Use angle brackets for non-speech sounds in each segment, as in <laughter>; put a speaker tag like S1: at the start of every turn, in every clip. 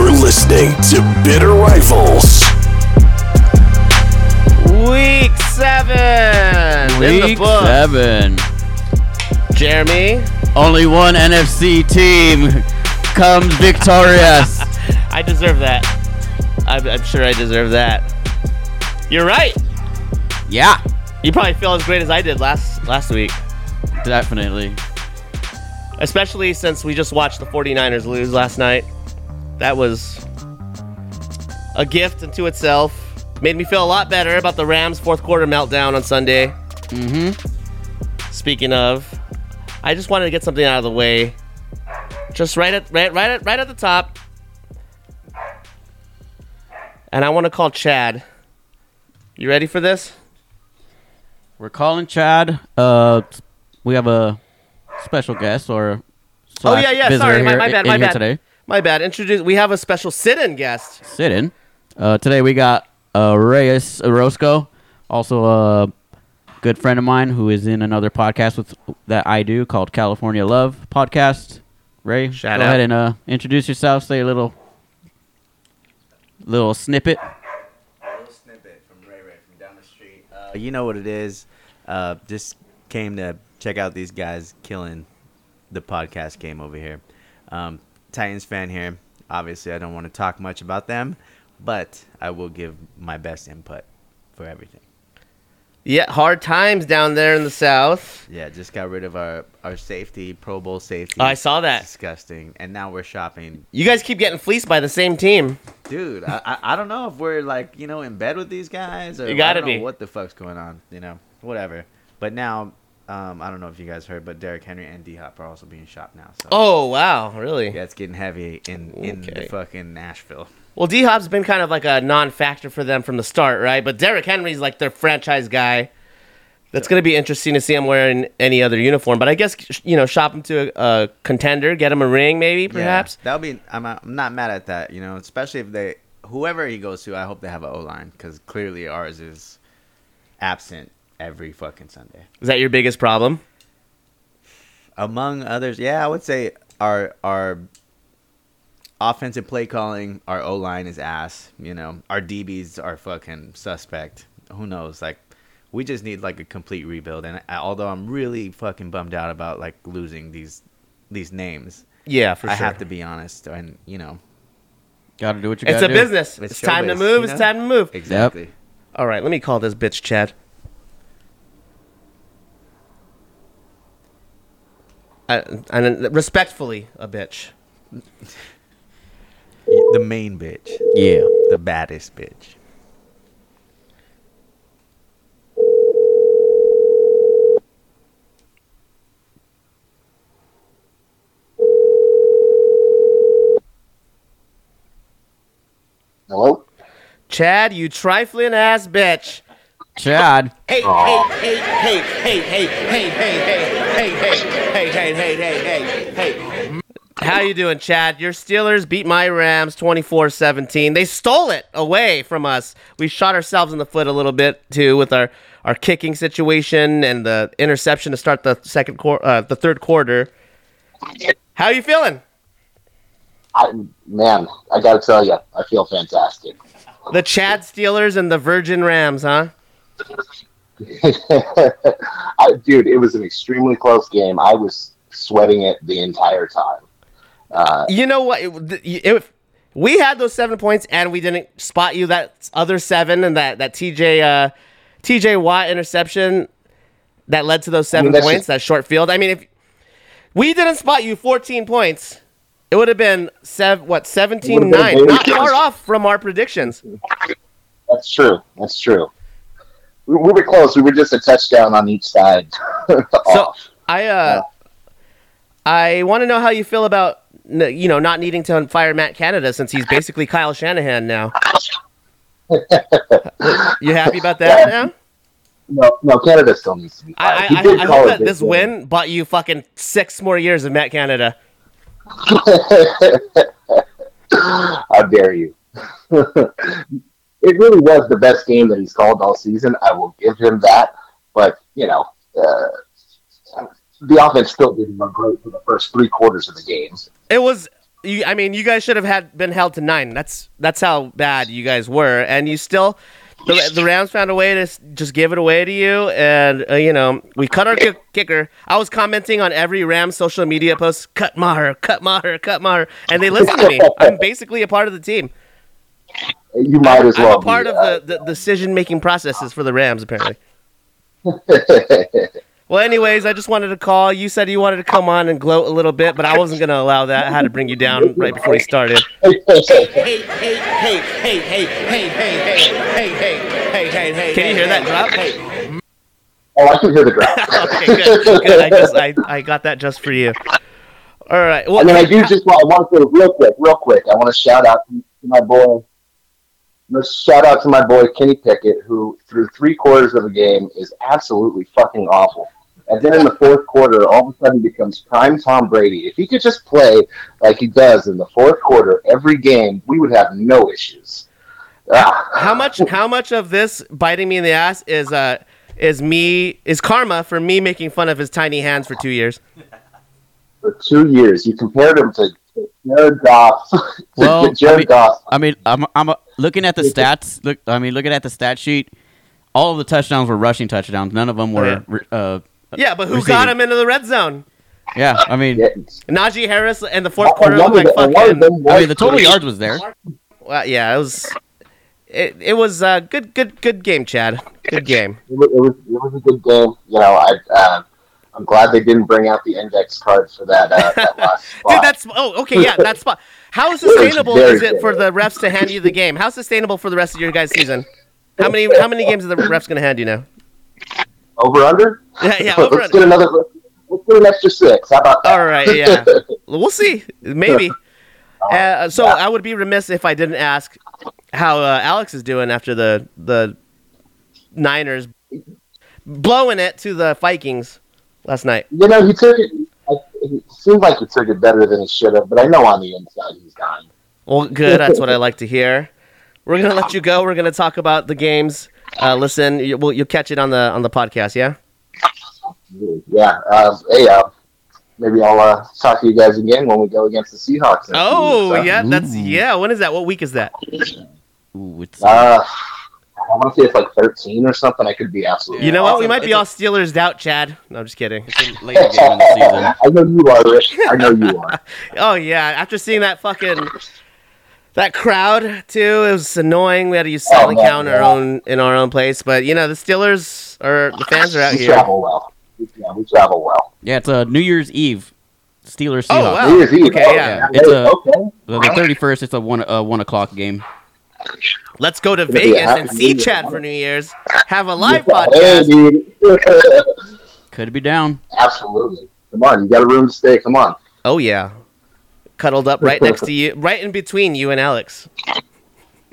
S1: listening to Bitter Rivals.
S2: Week seven in the
S3: Week
S2: book.
S3: seven.
S2: Jeremy,
S3: Only one NFC team comes victorious.
S2: <laughs> I deserve that. I'm, I'm sure I deserve that. You're right.
S3: yeah,
S2: You probably feel as great as I did last last week,
S3: definitely.
S2: especially since we just watched the 49ers lose last night. That was a gift unto itself. Made me feel a lot better about the Rams' fourth quarter meltdown on Sunday.
S3: Mm-hmm.
S2: Speaking of, I just wanted to get something out of the way. Just right at right right at right at the top. And I want to call Chad. You ready for this?
S3: We're calling Chad. Uh, we have a special guest
S2: Oh
S3: or slash
S2: yeah, yeah.
S3: visitor
S2: Sorry, my,
S3: here
S2: my
S3: i-
S2: bad,
S3: in
S2: my
S3: here
S2: bad.
S3: today.
S2: My bad. Introduce. We have a special sit-in guest.
S3: Sit in. Uh, today we got uh, Reyes Orozco, also a good friend of mine who is in another podcast with that I do called California Love Podcast. Ray,
S2: Shout
S3: go
S2: out.
S3: ahead and uh, introduce yourself. Say a little, little snippet.
S4: little snippet from Ray Ray from down the street. Uh, you know what it is. Uh, just came to check out these guys killing the podcast game over here. Um, Titans fan here. Obviously, I don't want to talk much about them, but I will give my best input for everything.
S2: Yeah, hard times down there in the south.
S4: Yeah, just got rid of our, our safety, Pro Bowl safety.
S2: I saw that.
S4: Disgusting. And now we're shopping.
S2: You guys keep getting fleeced by the same team.
S4: Dude, I, I, I don't know if we're like, you know, in bed with these guys or
S2: You gotta
S4: I don't know
S2: be.
S4: what the fuck's going on, you know, whatever. But now, um, I don't know if you guys heard, but Derrick Henry and D Hop are also being shopped now. So
S2: Oh wow, really?
S4: yeah, it's getting heavy in, in
S2: Okay.
S4: the fucking
S2: <laughs>
S4: Nashville.
S2: Well, D Hop's been kind of like a non-factor for them from the start, right? But Derrick Henry's like their franchise guy. That's going to be interesting to see him wearing any other uniform. But I guess sh- you know, shop him to a, a contender, get him a ring, maybe, perhaps.
S4: that'll be. I'm, I'm not mad at that, you know, especially if they whoever he goes to, I hope they have an O line because clearly ours is absent every fucking Sunday.
S2: Is that your biggest problem?
S4: among others, yeah, I would say our our offensive play calling, our O line is ass. You know, our DBs are fucking suspect. Who knows? Like, we just need like a complete rebuild. And I, although I'm really fucking bummed out about like losing these these names,
S2: Yeah, for
S4: I
S2: sure.
S4: have to be honest. And you know,
S3: Got to do what you got
S2: it's
S3: to
S2: a
S3: do.
S2: business. It's, time to
S4: showbiz,
S2: move.
S4: you
S2: It's
S4: know?
S2: time to move.
S4: Exactly.
S2: All right, let me call this bitch Chad. I, and respectfully, a bitch.
S4: The main bitch,
S3: Yeah.
S4: the baddest bitch.
S5: Hello?
S2: Chad, you trifling ass bitch.
S3: Chad,
S2: Hey, hey, hey, hey, hey, hey, hey, hey, hey, hey, hey, hey, hey, hey, hey, hey, hey. How you doing, Chad? Your Steelers beat my Rams 24-17. They stole it away from us. We shot ourselves in the foot a little bit too with our our kicking situation and the interception to start the second quarter, uh, the third quarter. How you feeling?
S5: I, man, I gotta tell you, I feel fantastic.
S2: The Chad Steelers and the Virgin Rams, huh?
S5: <laughs> I, dude, it was an extremely close game. I was sweating it the entire time. Uh,
S2: You know what? It- th- If we had those seven points and we didn't spot you that other seven and that that TJ uh, TJ Watt interception that led to those seven
S5: that's
S2: points,
S5: just-
S2: that short field. I mean, if we didn't spot you fourteen points, it would have been sev- what seventeen nine,
S5: very
S2: not
S5: close.
S2: far off from our predictions.
S5: that's true. That's true. We, we were close. We were just a touchdown on each side. <laughs>
S2: So
S5: off.
S2: I uh, I want to know how you feel about n- you know not needing to fire Matt Canada since he's basically Kyle Shanahan now. you happy about that now?
S5: Oh, no, no, Canada still needs to be.
S2: I,
S5: fired. He
S2: I,
S5: did
S2: I, I
S5: call
S2: hope
S5: it
S2: that this
S5: game.
S2: win bought you fucking six more years of Matt Canada.
S5: <laughs> How dare you? it really was the best game that he's called all season. I will give him that. But, you know, uh, the offense still didn't run great for the first three quarters of the game.
S2: It was you, I mean, you guys should have had been held to nine. That's that's how bad you guys were, and you still. The, the Rams found a way to s- just give it away to you, and uh, you know we cut our kick- kicker. I was commenting on every Rams social media post, "Cut Maher, cut Maher, cut Maher," and they listened to me. I'm basically a part of the team.
S5: You might as
S2: I'm
S5: well
S2: a part
S5: be,
S2: of
S5: uh,
S2: the, the decision making processes for the Rams, apparently. Well, anyways, I just wanted to call. You said you wanted to come on and gloat a little bit, but I wasn't going to allow that. I had to bring you down right before you started. Can you hear that drop?
S5: <laughs> oh, I can hear the drop.
S2: <laughs> Okay, good. good. I, just, I, I got that just for you. All right. Well,
S5: <laughs> And then I do just want, I want to say real quick, real quick. I want to shout out to my boy. Let's shout out to my boy Kenny Pickett, who through three quarters of the game is absolutely fucking awful. And then in the fourth quarter, all of a sudden becomes prime Tom Brady. If he could just play like he does in the fourth quarter every game, we would have no issues. Ah.
S2: how much how much of this biting me in the ass is uh is me is karma for me making fun of his tiny hands for two years?
S5: For two years, you compared him to to Jared Goff. <laughs> to
S3: Well,
S5: Jared
S3: I mean-
S5: Goff.
S3: I mean, I'm, I'm uh, looking at the stats. Look, I mean, looking at the stat sheet, all of the touchdowns were rushing touchdowns. None of them
S2: Oh, yeah.
S3: were. re- Uh,
S2: Yeah, but who
S3: Receiving.
S2: got him into the red zone?
S3: yeah, I mean,
S5: Yeah.
S2: Najee Harris and the fourth quarter
S5: And
S2: looked
S5: one
S2: like
S5: of the- and one of
S2: fucking.
S5: them
S3: I
S5: was-
S3: mean, the total yards was there.
S2: Well, yeah, it was. It, it was uh, good, good, good game, Chad. Good game.
S5: it was, it was it was a good game. You know, I uh, I'm glad they didn't bring out the index card for that uh,
S2: <laughs>
S5: that last spot.
S2: Dude, that's oh okay, yeah, that's spot.
S5: <laughs>
S2: How sustainable
S5: very
S2: is it for the refs to hand you the game? How sustainable for the rest of your guys' season? How many how many games are the refs gonna hand you now? <laughs>
S5: over under.
S2: Yeah, yeah,
S5: <laughs> let's
S2: over
S5: get another. Let's get an extra six. How about that?
S2: All right, yeah. We'll see. Maybe. Uh, so I would be remiss if I didn't ask how uh, Alex is doing after the the Niners blowing it to the Vikings last night.
S5: You know, he took it. I- It seemed like he took it better than he should have, but I know on the inside he's gone.
S2: Well, good. That's what I like to hear. We're gonna let you go. We're gonna talk about the games. Uh, listen, you, will you'll catch it on the on the podcast. Yeah.
S5: Yeah. Uh, hey, uh, maybe I'll uh, talk to you guys again when we go against the Seahawks. next
S2: Oh,
S5: week, so.
S2: yeah. That's
S3: Ooh.
S2: yeah. When is that? What week is that?
S3: Ooh, it's,
S5: Uh, I want to say it's like 13 or something. I could be absolutely.
S2: You know what? We
S3: also,
S2: might be
S3: it's a-
S2: all Steelers out, Chad. No, I'm just kidding.
S3: it's a later game in the season.
S5: <laughs> I know you are, Rich. I know you are.
S2: Oh yeah. After seeing that fucking that crowd too, it was annoying. We had to use
S5: Oh,
S2: silent
S5: man,
S2: count in our
S5: yeah.
S2: own in our own place, but you know the Steelers are <laughs> the fans are out
S5: we
S2: here.
S5: travel well. We- Yeah, we travel well.
S3: <laughs> Yeah, it's a New Year's Eve, Steelers Seahawks.
S2: Oh, wow.
S5: New Year's Eve.
S2: okay,
S5: oh,
S2: yeah.
S3: It's
S5: Hey,
S3: a-
S5: okay.
S3: The thirty first, it's a one uh, one o'clock game.
S2: Let's go to
S5: gonna be a
S2: Vegas
S5: happy
S2: and
S5: New
S2: see
S5: Year
S2: Chad
S5: tomorrow.
S2: for New Year's. Have a live
S5: Yeah, hey,
S2: podcast.
S5: dude. <laughs>
S3: Could be down.
S5: Absolutely. Come on, you got a room to stay. Come on.
S2: Oh yeah, cuddled up right next to you, right in between you and Alex. <laughs>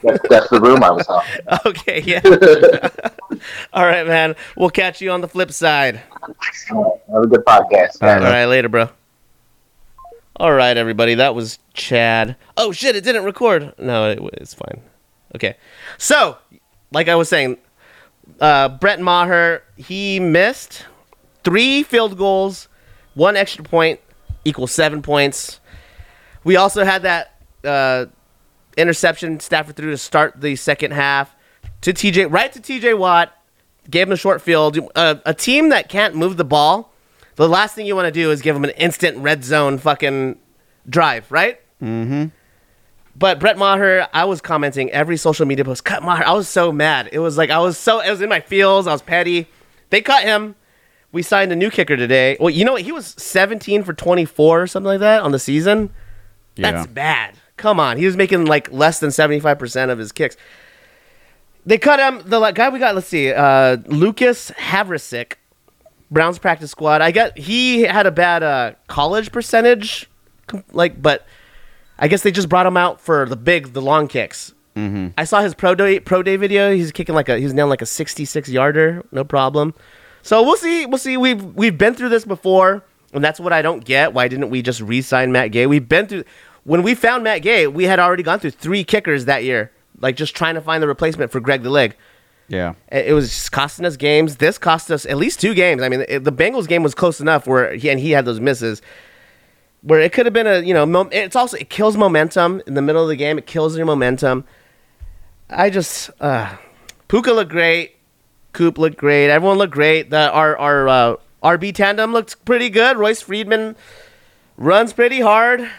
S5: That's, that's the room I was talking about.
S2: Okay, yeah. <laughs> All right, man. We'll catch you on the flip side.
S5: All right, Have a good podcast.
S3: All
S5: guys.
S2: All right, later, bro. All right, everybody. That was Chad. Oh shit! It didn't record. No, it, it's fine. Okay. So, like I was saying, uh, Brett Maher he missed three field goals, one extra point equals seven points. We also had that uh, interception Stafford threw to start the second half to TJ right to TJ Watt, gave him a short field. Uh, a team that can't move the ball, the last thing you want to do is give them an instant red zone fucking drive, right?
S3: Mm-hmm.
S2: But Brett Maher, I was commenting every social media post. Cut Maher. I was so mad. It was like I was so it was in my feels. I was petty. They cut him. We signed a new kicker today. Well, you know what? He was 17 for 24 or something like that on the season. That's bad. Come on. He was making like less than 75% of his kicks. They cut him. The like, guy we got, let's see, uh, Lucas Havrasik, Browns practice squad. I got he had a bad uh, college percentage, com- like, but I guess they just brought him out for the big, the long kicks. Mm-hmm. I saw his pro day pro day video. He's kicking like a he's down like a 66 yarder, no problem. So we'll see. We'll see. We've we've been through this before, and that's what I don't get. Why didn't we just re-sign Matt Gay? We've been through when we found Matt Gay, we had already gone through three kickers that year, like just trying to find the replacement for Greg the Leg.
S3: Yeah.
S2: It it was just costing us games. This cost us at least two games. I mean, it- the Bengals game was close enough where he and he had those misses. where it could have been a you know mo- it's also it kills momentum in the middle of the game. It kills your momentum. I just uh, Puka looked great. Coop looked great. Everyone looked great. The our our uh, RB tandem looked pretty good. Royce Friedman runs pretty hard.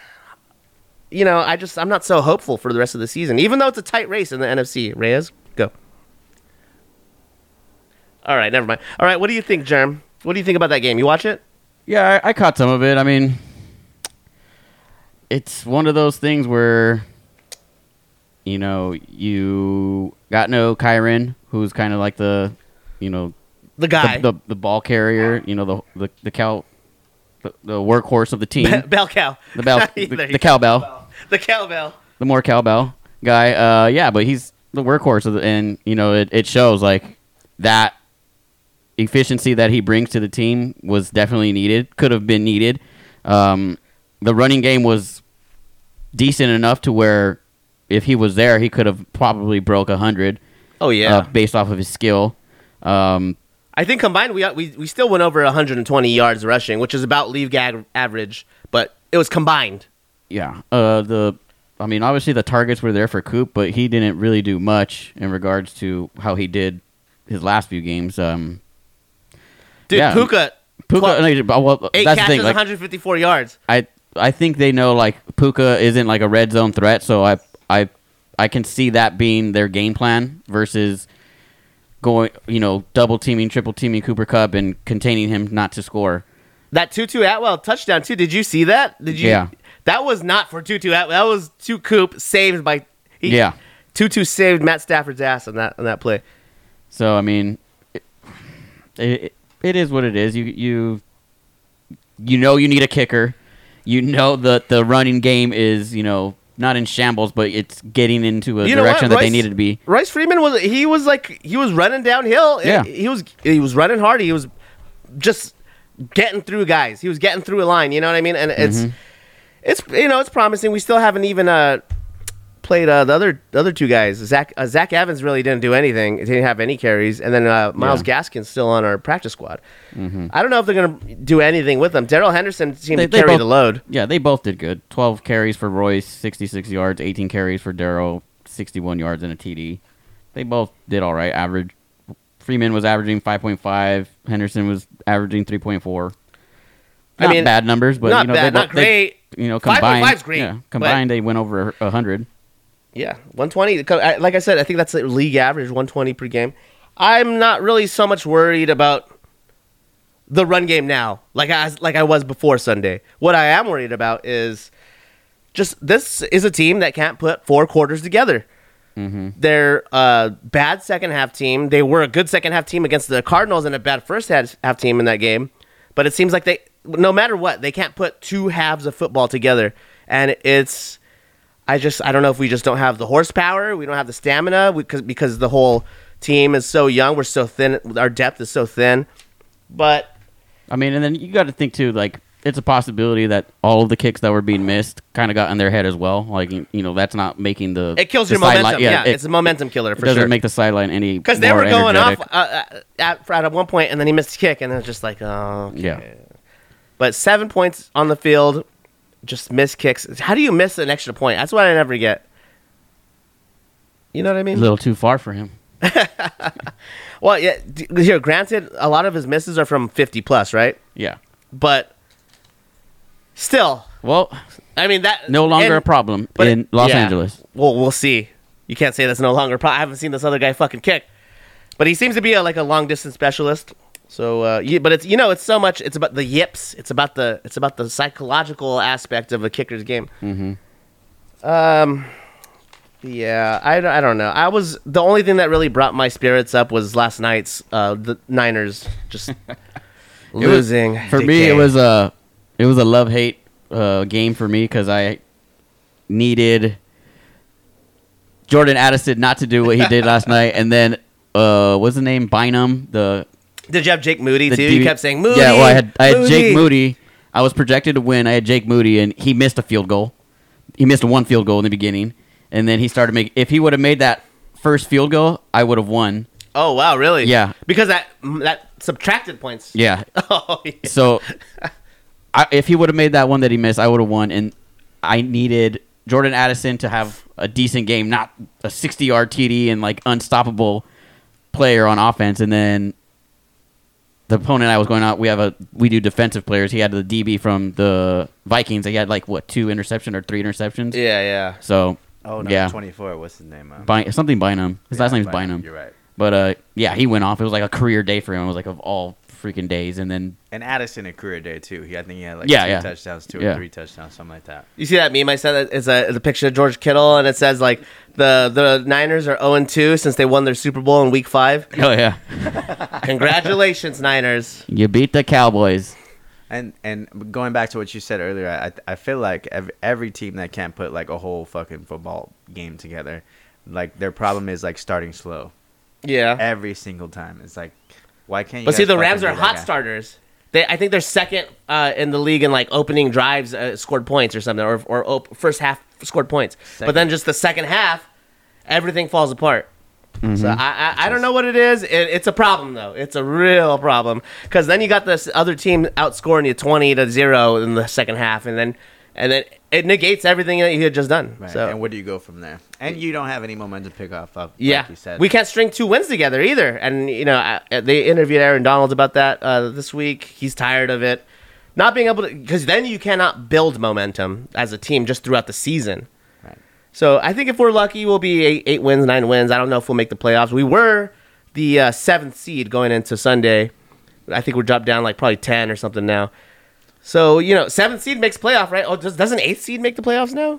S2: You know, I just I'm not so hopeful for the rest of the season, even though it's a tight race in the NFC. Reyes, go. All right, never mind. All right, what do you think, Germ? What do you think about that game? You watch it?
S3: Yeah, I, I caught some of it. I mean, it's one of those things where, you know, you got no Kyron, who's kind of like the, you know,
S2: The
S3: the,
S2: guy,
S3: the, the ball carrier, you know, the the, the cow, the, the workhorse of the team,
S2: <laughs> <laughs> bell cow,
S3: the bell,
S2: There
S3: the,
S2: you
S3: the
S2: go.
S3: cowbell.
S2: the cowbell.
S3: the more cowbell guy. Uh, yeah, but he's the workhorse, of the, and you know it, it shows like that efficiency that he brings to the team was definitely needed. Could have been needed. Um, the running game was decent enough to where if he was there, he could have probably broke hundred.
S2: Oh yeah.
S3: uh, based off of his skill. Um,
S2: I think combined we, we we still went over 120 yards rushing, which is about league ag- average, but it was combined.
S3: yeah. Uh, the I mean, obviously the targets were there for Coop, but he didn't really do much in regards to how he did his last few games. Um,
S2: Dude,
S3: Yeah.
S2: Puka,
S3: Puka,
S2: Twelve-
S3: no, but- well,
S2: eight
S3: that's the
S2: catches,
S3: thing. Like,
S2: 154 yards.
S3: I I think they know like Puka isn't like a red zone threat, so I I I can see that being their game plan versus going, you know, double teaming, triple teaming Cooper Cup and containing him not to score.
S2: That Tutu Atwell touchdown too. Did you see that? Did you?
S3: Yeah.
S2: That was not for Tutu Atwell. That was two Coop saved by. He,
S3: Yeah.
S2: Tutu saved Matt Stafford's ass on that on that play.
S3: So I mean, it, it, it is what it is. You you you know you need a kicker. You know that the running game is you know not in shambles, but it's getting into a
S2: You know what,
S3: direction that they
S2: Royce?
S3: need it to be.
S2: Royce Freeman was he was like he was running downhill.
S3: Yeah.
S2: He was he was running hard. He was just getting through guys. He was getting through a line, you know what I mean? And
S3: Mm-hmm.
S2: it's it's you know, it's promising. We still haven't even uh played uh, the other the other two guys. Zach uh, Zach Evans really didn't do anything. He didn't have any carries. And then uh, Miles Gaskin's still on our practice squad. I don't know if they're going to do anything with them. Daryl Henderson seemed
S3: Mm-hmm. They-
S2: to
S3: they
S2: carry
S3: both-
S2: the load.
S3: Yeah, they both did good. 12 carries for Royce, 66 yards, 18 carries for Darrow, 61 yards and a TD. They both did all right. Average Freeman was averaging 5.5, Henderson was averaging 3.4.
S2: I
S3: Not
S2: mean,
S3: bad numbers, but
S2: not
S3: you know,
S2: bad,
S3: they both,
S2: not great.
S3: They, you know,
S2: 5.5 's
S3: combined,
S2: great,
S3: yeah,
S2: but-
S3: combined they went over 100.
S2: Yeah, 120. Co- I- Like I said, I think that's the league average, 120 per game. I'm not really so much worried about the run game now, like I like I was before Sunday. What I am worried about is just this is a team that can't put four quarters together. They're a bad second half team. They were a good second half team against the Cardinals and a bad first half half team in that game. But it seems like they, no matter what, they can't put two halves of football together. And it's, I just, I don't know if we just don't have the horsepower. We don't have the stamina because because the whole team is so young. We're so thin. Our depth is so thin. But
S3: I mean, and then you got to think too, like it's a possibility that all of the kicks that were being missed kind of got in their head as well. Like you you know, that's not making the
S2: it kills
S3: the
S2: your momentum.
S3: sideline-
S2: yeah,
S3: it-
S2: it's a momentum killer
S3: it
S2: for
S3: doesn't
S2: sure.
S3: make the sideline any
S2: because they
S3: more
S2: were going
S3: energetic.
S2: off uh, uh, at, at one point, and then he missed a kick, and it was just like, oh, okay.
S3: Yeah.
S2: But seven points on the field, just missed kicks. How do you miss an extra point? That's what I never get. You know what I
S3: a
S2: mean?
S3: little too far for him.
S2: Well, yeah. d- Here, granted, a lot of his misses are from fifty plus, right?
S3: Yeah.
S2: But still,
S3: Well,
S2: I mean that
S3: no longer
S2: and-
S3: a problem
S2: but
S3: in
S2: it-
S3: Los
S2: yeah.
S3: Angeles.
S2: Well, we'll see. You can't say that's no longer. a Pro- I haven't seen this other guy fucking kick, but he seems to be a, like a long distance specialist. So, uh, you, but it's you know it's so much. It's about the yips. It's about the it's about the psychological aspect of a kicker's game. Mm-hmm. Um, yeah, I, don't- I don't know. I was the only thing that really brought my spirits up was last night's uh, the Niners
S3: <laughs>
S2: just losing.
S3: For me, it
S4: Decay.
S3: was a it was a love hate uh, game for me because I needed Jordan Addison not to do what he did last night, and then uh, what's the name Bynum the
S2: Did you have Jake Moody
S3: the
S2: too?
S3: DB
S2: you kept saying Moody.
S3: Yeah, well, I had I had Jake Moody. I was projected to win. I had Jake Moody, and he missed a field goal. He missed one field goal in the beginning, and then he started making. If he would have made that first field goal, I would have won.
S2: Oh wow, really?
S3: Yeah.
S2: <laughs> Because that that subtracted points.
S3: Yeah,
S2: Oh, yeah.
S3: so I, if he would have made that one that he missed, I would have won. And I needed Jordan Addison to have a decent game, not a 60 yard TD and like unstoppable player on offense. And then the opponent I was going out, we have a we do defensive players. He had the DB from the Vikings. He had like what two interception or three interceptions.
S2: Yeah, yeah.
S3: So
S4: Oh no,
S3: Yeah.
S4: twenty four. What's his name? Um,
S3: Byn- something Bynum. His
S4: yeah,
S3: last name's Bynum.
S4: You're right.
S3: But uh, yeah, he went off. It was like a career day for him. It was like of all freaking days. And then
S4: And Addison a career day too. He I think he had like
S3: Yeah,
S4: two
S3: yeah.
S4: touchdowns, two
S3: Yeah.
S4: or three touchdowns, something like that.
S2: You see that meme I sent? It's a the picture of George Kittle, and it says like the the Niners are zero two since they won their Super Bowl in Week
S3: <laughs>
S2: Five.
S3: oh yeah,
S2: Congratulations, Niners!
S3: you beat the Cowboys.
S4: And and going back to what you said earlier, I I feel like ev- every team that can't put like a whole fucking football game together, like their problem is like starting slow
S2: Yeah,
S4: every single time. It's like why can't you?
S2: but see
S4: guys
S2: the
S4: fucking
S2: Rams
S4: do
S2: are
S4: that
S2: hot
S4: guy?
S2: starters. They I think they're second uh, in the league in like opening drives uh, scored points or something, or or op- first half scored points. But then just the second half, everything falls apart.
S4: Mm-hmm.
S2: So I, I I don't know what it is. It, it's a problem though. It's a real problem because then you got this other team outscoring you twenty to zero in the second half, and then and then it negates everything that you had just done.
S4: Right.
S2: So
S4: and where do you go from there? And you don't have any momentum to pick off of.
S2: yeah,
S4: like you said.
S2: we can't string two wins together either. And you know I, I- they interviewed Aaron Donald about that uh, this week. He's tired of it, not being able to because then you cannot build momentum as a team just throughout the season.
S4: Right.
S2: So I think if we're lucky, we'll be eight, eight wins, nine wins. I don't know if we'll make the playoffs. We were the uh, seventh seed going into Sunday. I think we're dropped down like probably ten or something now. So you know, seventh seed makes playoff, right? Oh, does, doesn't eighth seed make the playoffs now?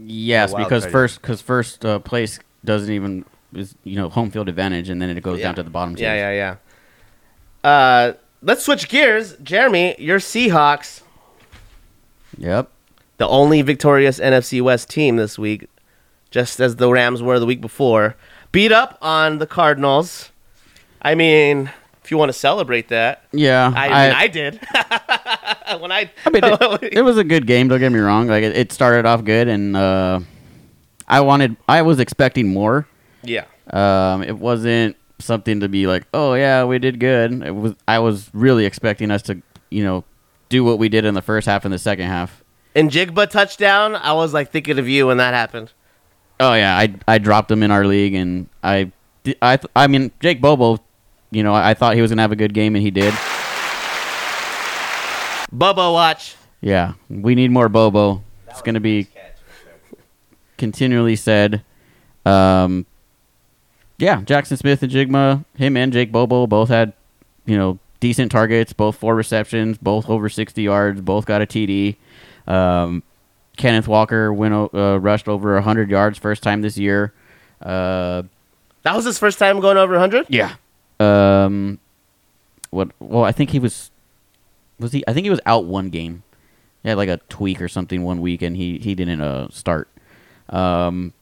S3: Yes,
S4: A wild
S3: because
S4: card, yeah.
S3: first because first uh, place doesn't even is you know home field advantage, and then it goes
S2: Yeah.
S3: down to the bottom. Teams.
S2: Yeah, yeah, yeah. Uh, let's switch gears, Jeremy. Your Seahawks,
S3: Yep.
S2: the only victorious NFC West team this week, just as the Rams were the week before, beat up on the Cardinals. I mean, if you want to celebrate that,
S3: Yeah.
S2: I, I <laughs> mean, I did. when I,
S3: I mean, <laughs> it, it was a good game. Don't get me wrong. Like it, it started off good, and uh, I wanted, I was expecting more.
S2: <laughs> yeah,
S3: Um, it wasn't something to be like, oh yeah, we did good. It was. I was really expecting us to, you know, do what we did in the first half and the second half.
S2: and Jigba touchdown. I was like thinking of you when that happened.
S3: Oh yeah, I I dropped him in our league, and I di- I th- I mean Jake Bobo, you know, I, I thought he was gonna have a good game, and he did.
S2: Bubba watch.
S3: Yeah, we need more Bobo. It's gonna be continually said. Um, yeah, Jackson Smith and Jigma, him and Jake Bobo both had, you know, decent targets, both four receptions, both over 60 yards, both got a TD. Um, Kenneth Walker went o- uh, rushed over 100 yards first time this year. Uh,
S2: That was his first time going over 100.
S3: yeah. Um, what? Well, I think he was. Was he? I think he was out one game. He had like a tweak or something one week, and he he didn't uh, start. Um,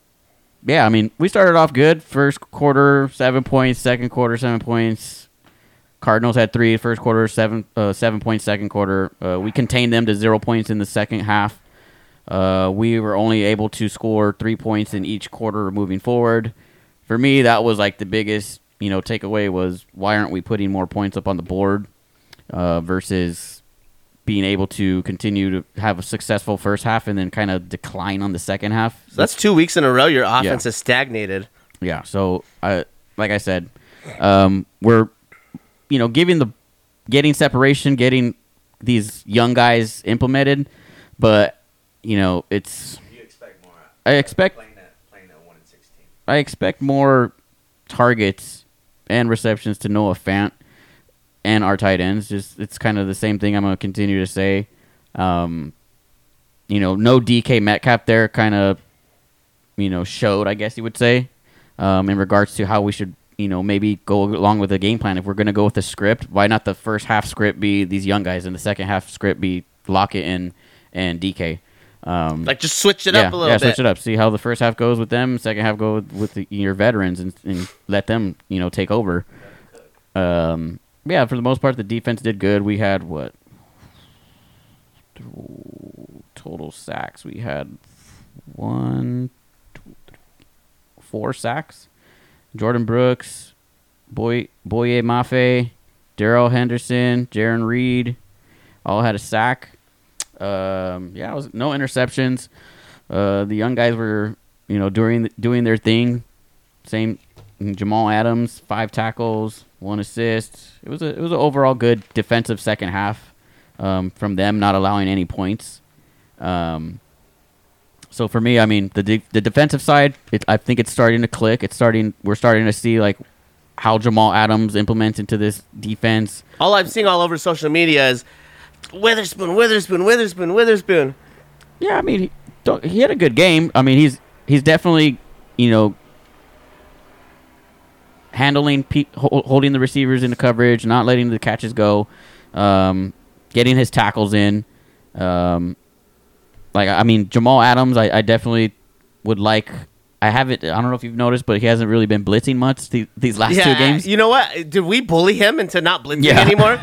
S3: yeah, I mean, we started off good. First quarter, seven points. Second quarter, seven points. Cardinals had three. First quarter, seven uh, seven points. Second quarter, uh, we contained them to zero points in the second half. Uh, we were only able to score three points in each quarter moving forward. For me, that was like the biggest, you know, takeaway was why aren't we putting more points up on the board uh, versus being able to continue to have a successful first half and then kind of decline on the second half.
S2: So that's two weeks in a row. Your offense has stagnated.
S3: Yeah. So I, like I said, um, we're, you know, giving the, getting separation, getting these young guys implemented, but you know, it's.
S4: You expect more. out-
S3: I expect
S4: Playing that, playing that one and sixteen.
S3: I expect more targets and receptions to Noah Fant and our tight ends. Just it's kind of the same thing. I'm gonna continue to say, um, you know, no DK Metcalf there kind of, you know, showed I guess you would say, um, in regards to how we should you know maybe go along with the game plan. If we're gonna go with the script, why not the first half script be these young guys and the second half script be Lockett and and DK. Um,
S2: Like just switch it
S3: yeah,
S2: up a little
S3: yeah,
S2: bit.
S3: switch it up. See how the first half goes with them, second half go with, with the, your veterans, and, and let them you know take over. Um, yeah, for the most part, the defense did good. We had what total sacks? We had one, two, three, four sacks. Jordan Brooks, Boy Boye Mafe, Daryl Henderson, Jaron Reed, All had a sack. Um, yeah, it was no interceptions. Uh, the young guys were, you know, doing doing their thing. Same Jamal Adams, five tackles, one assist. It was a it was an overall good defensive second half um, from them, not allowing any points. Um, so for me, I mean the de- the defensive side, it, I think it's starting to click. It's starting. We're starting to see like how Jamal Adams implements into this defense.
S2: All I'm seeing all over social media is Witherspoon, Witherspoon, Witherspoon, Witherspoon.
S3: Yeah, I mean he, don't- he had a good game. I mean he's he's definitely you know handling pe- hol- holding the receivers into coverage, not letting the catches go, um, getting his tackles in. Um, like I mean Jamal Adams, I, I definitely would like. I haven't. I don't know if you've noticed, but he hasn't really been blitzing much the, these last two games.
S2: You know what? Did we bully him into not blitzing
S3: Yeah. <laughs>
S2: anymore?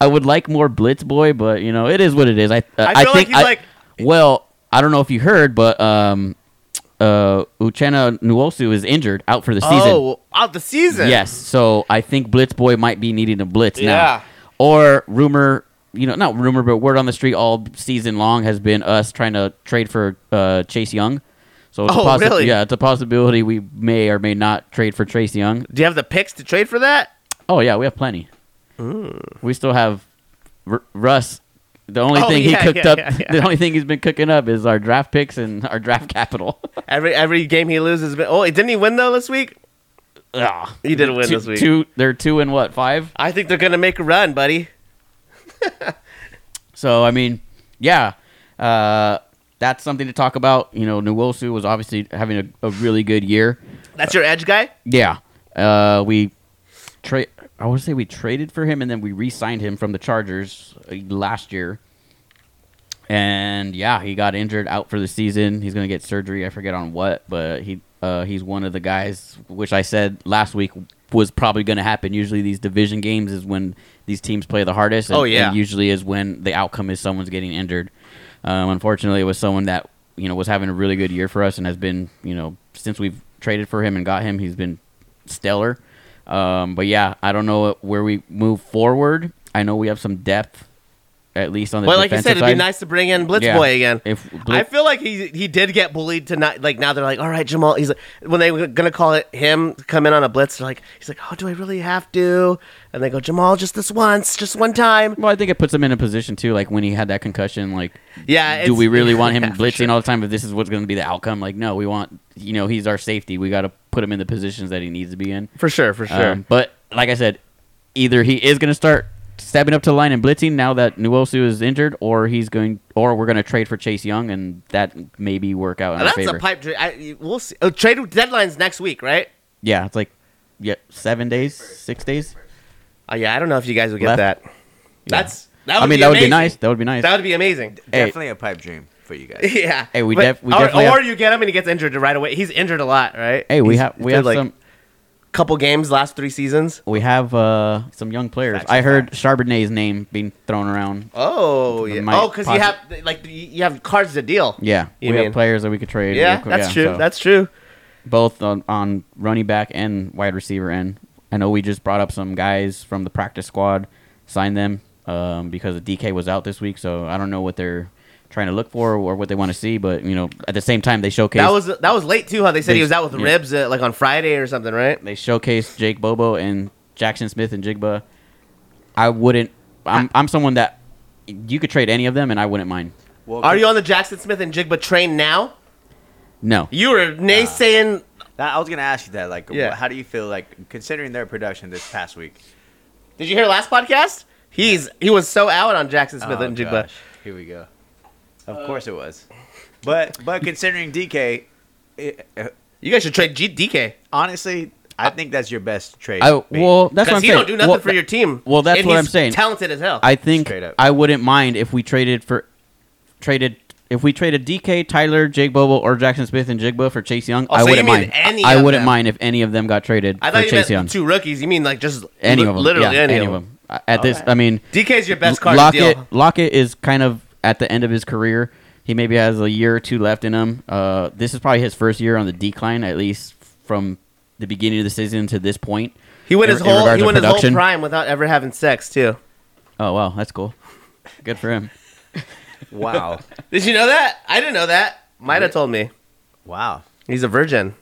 S3: I would like more Blitz Boy, but you know it is what it is. I
S2: I feel like
S3: think
S2: he's
S3: I-
S2: like-
S3: well, I don't know if you heard, but um, uh, Uchenna Nwosu is injured out for the season.
S2: Oh, out the season.
S3: Yes, so I think Blitz Boy might be needing a blitz
S2: Yeah.
S3: now. Or rumor, you know, not rumor, but word on the street all season long has been us trying to trade for uh, Chase Young. So it's a
S2: Oh,
S3: possi-
S2: really?
S3: yeah, it's a possibility we may or may not trade for Chase Young.
S2: Do you have the picks to trade for that?
S3: Oh yeah, we have plenty. We still have R- Russ. The only
S2: Oh,
S3: thing
S2: yeah,
S3: he cooked
S2: yeah,
S3: up,
S2: yeah, yeah.
S3: the only thing he's been cooking up is our draft picks and our draft
S2: <laughs>
S3: capital.
S2: Every every game he loses. but- Oh, didn't he win though this week?
S3: Ah,
S2: He did win
S3: two,
S2: this week.
S3: two, they're two and what five?
S2: I think they're gonna make a run, buddy.
S3: So I mean, yeah, uh, that's something to talk about. You know, Nwosu was obviously having a, a really good year.
S2: That's your edge guy.
S3: Yeah, uh, we trade. I want to say we traded for him, and then we re-signed him from the Chargers uh, last year. And yeah, he got injured out for the season. He's gonna get surgery. I forget on what, but he uh, he's one of the guys which I said last week was probably gonna happen. Usually, these division games is when these teams play the hardest. And,
S2: Oh, yeah.
S3: and usually is when the outcome is someone's getting injured. Um, unfortunately, it was someone that you know was having a really good year for us and has been you know since we've traded for him and got him, he's been stellar. Um, but yeah, I don't know where we move forward. I know we have some depth, at least on the
S2: But like you
S3: defensive
S2: said, it'd
S3: side.
S2: be nice to bring in Blitz
S3: Yeah.
S2: Boy again.
S3: If Blitz-
S2: I feel like he he did get bullied tonight. Like now they're like, all right, Jamal. He's like, when they were gonna call it him to come in on a blitz. They're like, he's like, oh, do I really have to? And they go, Jamal, just this once, just one time.
S3: Well, I think it puts him in a position too, like when he had that concussion. Like,
S2: Yeah.
S3: do
S2: it's-
S3: we really want
S2: <laughs>
S3: him
S2: yeah, for
S3: blitzing
S2: sure.
S3: all the time if this is what's going to be the outcome? Like, no, we want you know he's our safety. We got to put him in the positions that he needs to be in.
S2: For sure. For sure.
S3: Um, but like I said, either he is going to start stepping up to the line and blitzing now that Nuosu is injured, or he's going, or we're going to trade for Chase Young, and that maybe work out in
S2: Now,
S3: our
S2: that's
S3: favor.
S2: a pipe dream. I, we'll see. Oh, trade deadlines next week, right?
S3: yeah, it's like yeah, seven days, six days.
S2: Oh yeah, I don't know if you guys will get
S3: Left.
S2: that. That's that. Would
S3: I mean,
S2: be
S3: that would be
S2: amazing.
S3: nice. That would be nice.
S2: That would be amazing. <laughs>
S3: Hey.
S4: Definitely a pipe dream for you guys.
S2: Yeah.
S3: Hey, we
S2: But-
S3: def- we
S2: or,
S3: definitely
S2: Or
S3: have-
S2: you get him and he gets injured right away. He's injured a lot, right?
S3: hey, we
S2: He's-
S3: have we
S2: he's
S3: have
S2: like
S3: some
S2: couple games last three seasons.
S3: we have uh some young players. I heard Charbonnet's name being thrown around.
S2: Oh yeah.
S3: might
S2: Oh, because you have
S3: posi-
S2: like you you have cards to deal.
S3: Yeah,
S2: You
S3: we
S2: mean-
S3: have players that we could trade.
S2: Yeah,
S3: We could-
S2: that's true.
S3: so
S2: That's true.
S3: both on, on running back and wide receiver end. I know we just brought up some guys from the practice squad, signed them um, because DK was out this week. So I don't know what they're trying to look for or what they want to see, but you know, at the same time, they showcased
S2: That was that was late too. How they said
S3: They-
S2: he was out with
S3: yeah.
S2: ribs uh, like on Friday or something, right?
S3: they showcased Jake Bobo and Jackson Smith and Jigba. I wouldn't. I'm I'm someone that you could trade any of them, and I wouldn't mind.
S4: Well,
S2: <laughs> Are you on the Jackson Smith and Jigba train now?
S3: No,
S2: You were naysaying.
S4: That, I was gonna ask you that. Like,
S2: Yeah.
S4: wh- how do you feel like considering their production this past week?
S2: Did you hear last podcast? He's he was so out on Jackson Smith
S4: Oh,
S2: and Jigba.
S4: gosh. Here we go. Of course it was, but but considering DK, it, uh,
S2: You guys should trade G- DK
S4: honestly, I think that's your best trade.
S3: I
S2: <laughs>
S4: bait.
S3: well that's what I'm
S2: because he
S3: saying.
S2: don't do nothing
S3: Well,
S2: for your team.
S3: well, that's
S2: And
S3: what
S2: he's
S3: I'm saying.
S2: Talented as hell.
S3: I think
S4: Straight up.
S3: I wouldn't mind if we traded for traded if we traded DK, Tyler, Jake Bobo, or Jackson Smith and Jigba for Chase Young.
S2: Oh,
S3: I
S2: so you
S3: wouldn't
S2: mean
S3: mind.
S2: any
S3: I
S2: of
S3: wouldn't
S2: them.
S3: mind if any of them got traded
S2: I
S3: for
S2: thought you
S3: Chase
S2: meant
S3: Young.
S2: two rookies. You mean like just
S3: Any
S2: li-
S3: of them,
S2: Literally
S3: yeah,
S2: any,
S3: of them. At this, I mean,
S2: DK's your best card to
S3: Lockett,
S2: deal.
S3: Lockett is kind of at the end of his career. He maybe has a year or two left in him. Uh, this is probably his first year on the decline, at least from the beginning of the season to this point.
S2: He went
S3: in-
S2: his
S3: in
S2: whole
S3: regards
S2: he
S3: to
S2: went his whole
S3: production.
S2: prime without ever having sex too.
S3: Oh wow, that's cool. Good for him.
S4: Wow.
S2: Did you know that? I didn't know that. Might have told me.
S4: wow.
S2: He's a virgin,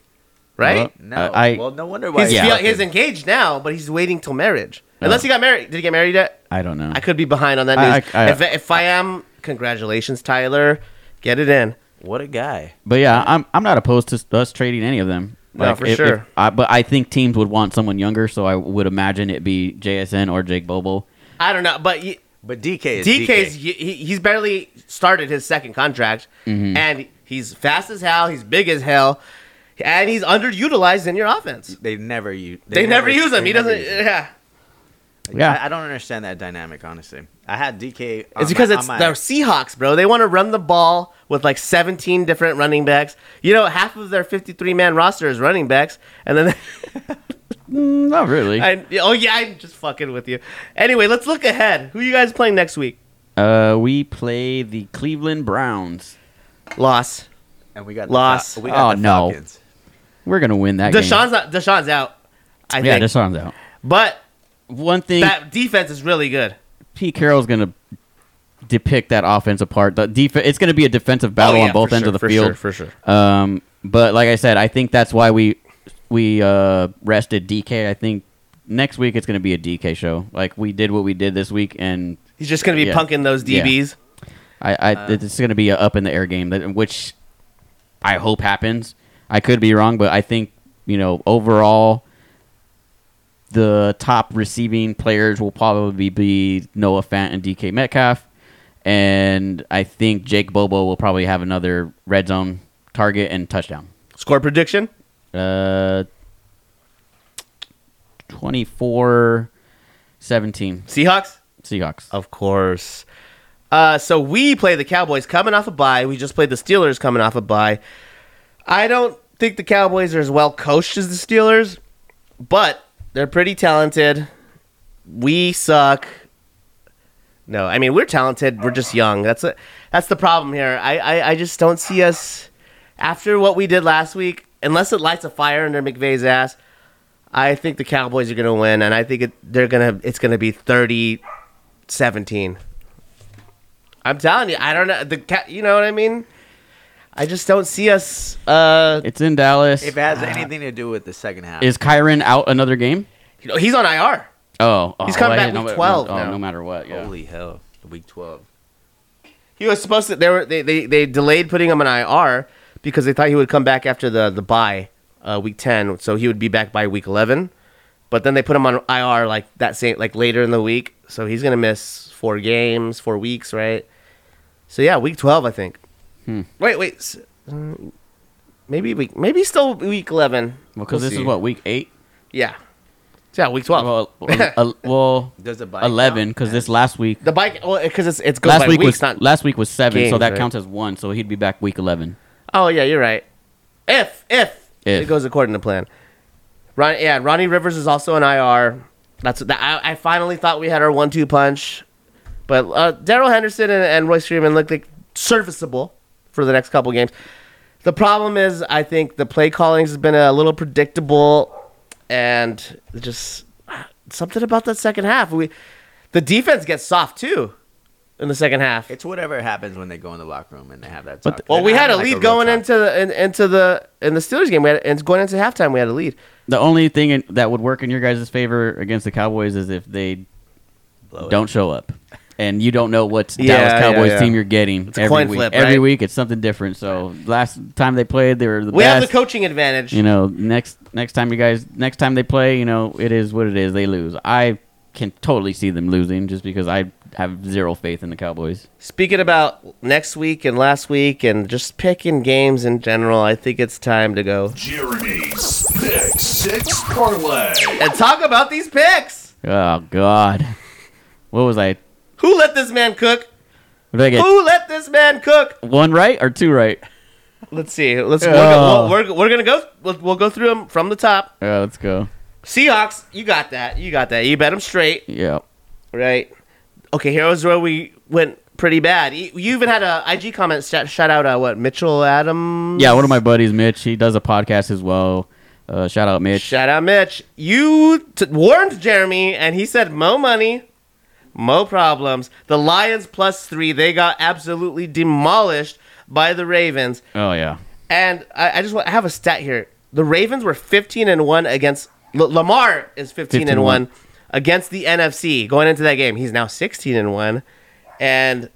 S2: right?
S3: Well,
S4: No.
S3: I- I-
S4: well, no wonder why.
S2: He's,
S4: you're
S2: feel-
S4: fucking-
S2: he's engaged now, but he's waiting till marriage.
S3: No.
S2: Unless he got married. Did he get married yet?
S3: I don't know.
S2: I could be behind on that
S3: I-
S2: news.
S3: I- I-
S2: if, if I am, congratulations, Tyler. Get it in.
S4: what a guy.
S3: But yeah, I'm I'm not opposed to us trading any of them.
S2: No, for
S3: if- if-
S2: sure.
S3: I, but I think teams would want someone younger, so I would imagine it be JSN or Jake Bobo.
S2: I don't know, but y-
S4: But DK is
S2: DK's
S4: DK.
S2: he, he's barely started his second contract, and he's fast as hell. He's big as hell, and he's underutilized in your offense.
S4: They never use.
S2: They, never, use him.
S4: they
S2: He
S4: never
S2: doesn't.
S4: use him.
S2: Yeah,
S3: Yeah.
S4: I, I don't understand that dynamic, honestly. I had DK. on
S2: it's because
S4: my-
S2: it's
S4: on
S2: the
S4: my-
S2: Seahawks, bro. They want to run the ball with like 17 different running backs. You know, half of their 53 man roster is running backs, and then. <laughs>
S3: Mm, not really.
S2: I, oh yeah, I'm just fucking with you. Anyway, let's look ahead. Who you guys playing next week?
S3: uh, we play the Cleveland Browns.
S2: Loss.
S4: and we got
S2: Loss.
S4: The, Fal- we got
S3: Oh,
S4: the
S3: no.
S4: Falcons.
S3: We're gonna win that game.
S2: Deshaun's not, Deshaun's out. I
S3: Yeah,
S2: think.
S3: Deshaun's out.
S2: but
S3: One thing,
S2: that defense is really good.
S3: Pete Carroll's gonna depict that offense apart. The def- it's gonna be a defensive battle
S2: Oh, yeah,
S3: on both
S2: for
S3: ends
S2: sure,
S3: of the
S2: for
S3: field.
S2: sure, for sure.
S3: Um, but like I said, I think that's why we we uh, rested DK. I think next week it's going to be a DK show. Like we did what we did this week, and
S2: He's just gonna be
S3: Yeah.
S2: punking those
S3: Yeah.
S2: DBs.
S3: I, I it's going to be a up in the air game, that, which I hope happens. I could be wrong, but I think you know overall. The top receiving players will probably be Noah Fant and DK Metcalf, and I think Jake Bobo will probably have another red zone target and touchdown.
S2: Score prediction.
S3: Uh, 24 17
S2: Seahawks.
S3: Seahawks.
S2: Of course. Uh, so we play the Cowboys coming off a bye. We just played the Steelers coming off a bye. I don't think the Cowboys are as well coached as the Steelers, but they're pretty talented. We suck. No, I mean we're talented. We're just young. That's a, that's the problem here. I, I, I just don't see us after what we did last week. Unless it lights a fire under McVay's ass, I think the Cowboys are gonna win, and I think it, they're gonna it's gonna be thirty 17. I'm telling you, I don't know the cat. You know what I mean? I just don't see us. Uh,
S3: It's in Dallas.
S4: If it
S2: Ah.
S4: has anything to do with the second half,
S3: Is Kyron out another game?
S2: you know, he's on IR.
S3: Oh, oh,
S2: He's coming
S3: I
S2: back
S3: didn't know
S2: week
S3: it-
S2: 12
S3: No, oh,
S2: now.
S3: no matter what. Yeah.
S4: holy hell, week twelve.
S2: He was supposed to. They were they, they, they delayed putting him on IR because they thought he would come back after the the bye, uh, week ten. So he would be back by week eleven. But then they put him on IR like that same like later in the week. So he's gonna miss four games, four weeks, right? So yeah, week twelve, I think.
S3: Hmm.
S2: Wait, wait. s- mm, Maybe week, maybe still week eleven.
S3: Well,
S2: We'll
S3: because this
S2: see.
S3: is what week eight.
S2: Yeah. Yeah, week 12. <laughs>
S3: Well, uh, well,
S4: Does it buy
S3: eleven because this last week.
S2: the bike, well, because it's, it's good
S3: Last
S2: by
S3: week
S2: weeks,
S3: was
S2: not.
S3: last week was seven, so
S2: games,
S3: that
S2: right?
S3: counts as one. So he'd be back week eleven.
S2: oh, yeah, you're right. If, if, it
S3: If.
S2: goes according to plan. Ron, yeah, Ronnie Rivers is also an IR. That's that. I, I finally thought we had our one two punch. But uh, Daryl Henderson and, and Royce Freeman look like serviceable for the next couple games. The problem is, I think the play calling has been a little predictable, and just uh, something about that second half. We, the defense gets soft too, in the second half.
S4: It's whatever happens when they go in the locker room and they have that.
S3: But
S4: Talk.
S3: the-
S4: They're
S2: Well, we
S4: not
S2: had a
S4: having, like,
S2: lead
S4: real
S2: going
S4: talk.
S2: into the in, into the in the Steelers game. We had and going into halftime, we had a lead.
S3: The only thing in, that would work in your guys' favor against the Cowboys is if they
S4: Blow it.
S3: don't show up, and you don't know what
S2: Oh, Yeah,
S3: Dallas
S2: yeah,
S3: Cowboys
S2: yeah.
S3: team you're getting
S2: a
S3: every
S2: coin
S3: week.
S2: flip,
S3: Every
S2: right?
S3: week it's something different. So last time they played, they were the
S2: We have
S3: best.
S2: the coaching advantage.
S3: you know, next next time you guys, next time they play, you know, it is what it is. They lose. I can totally see them losing just because I have zero faith in the Cowboys.
S2: Speaking about next week and last week and just picking games in general, I think it's time to go
S1: Jeremy's Pick Six Parlay.
S2: and talk about these picks.
S3: Oh God, what was I?
S2: Who let this man cook?
S3: What did I get?
S2: Who let this man cook?
S3: One right or two right?
S2: Let's see. Let's we're,
S3: Oh.
S2: gonna, we're, we're gonna go. We'll, we'll go through them from the top.
S3: Yeah, Uh, let's go.
S2: Seahawks, you got that. You got that. You bet them straight,
S3: Yeah.
S2: right? Okay, heroes where we went pretty bad. You you even had a IG comment shout, shout out uh, what Mitchell Adams.
S3: Yeah, one of my buddies, Mitch, he does a podcast as well. Uh, shout out, Mitch.
S2: Shout out Mitch. You t- warned Jeremy, and he said mo money. Mo problems. The Lions plus three. They got absolutely demolished by the Ravens.
S3: Oh yeah.
S2: And I, I just want, I have a stat here. The Ravens were 15 and one against L- Lamar is 15,
S3: 15
S2: and
S3: and
S2: one against the NFC going into that game. He's now 16 and one, and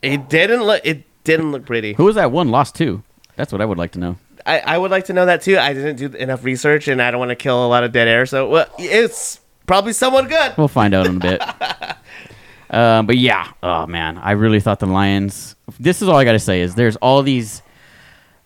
S2: it didn't look it didn't look pretty.
S3: Who was that one lost to? That's what I would like to know.
S2: I, I would like to know that too. I didn't do enough research, and I don't want to kill a lot of dead air. So well, it's probably someone good.
S3: We'll find out in
S2: <laughs>
S3: a bit. um, but yeah, oh man, I really thought the Lions. This is all I gotta say is there's all these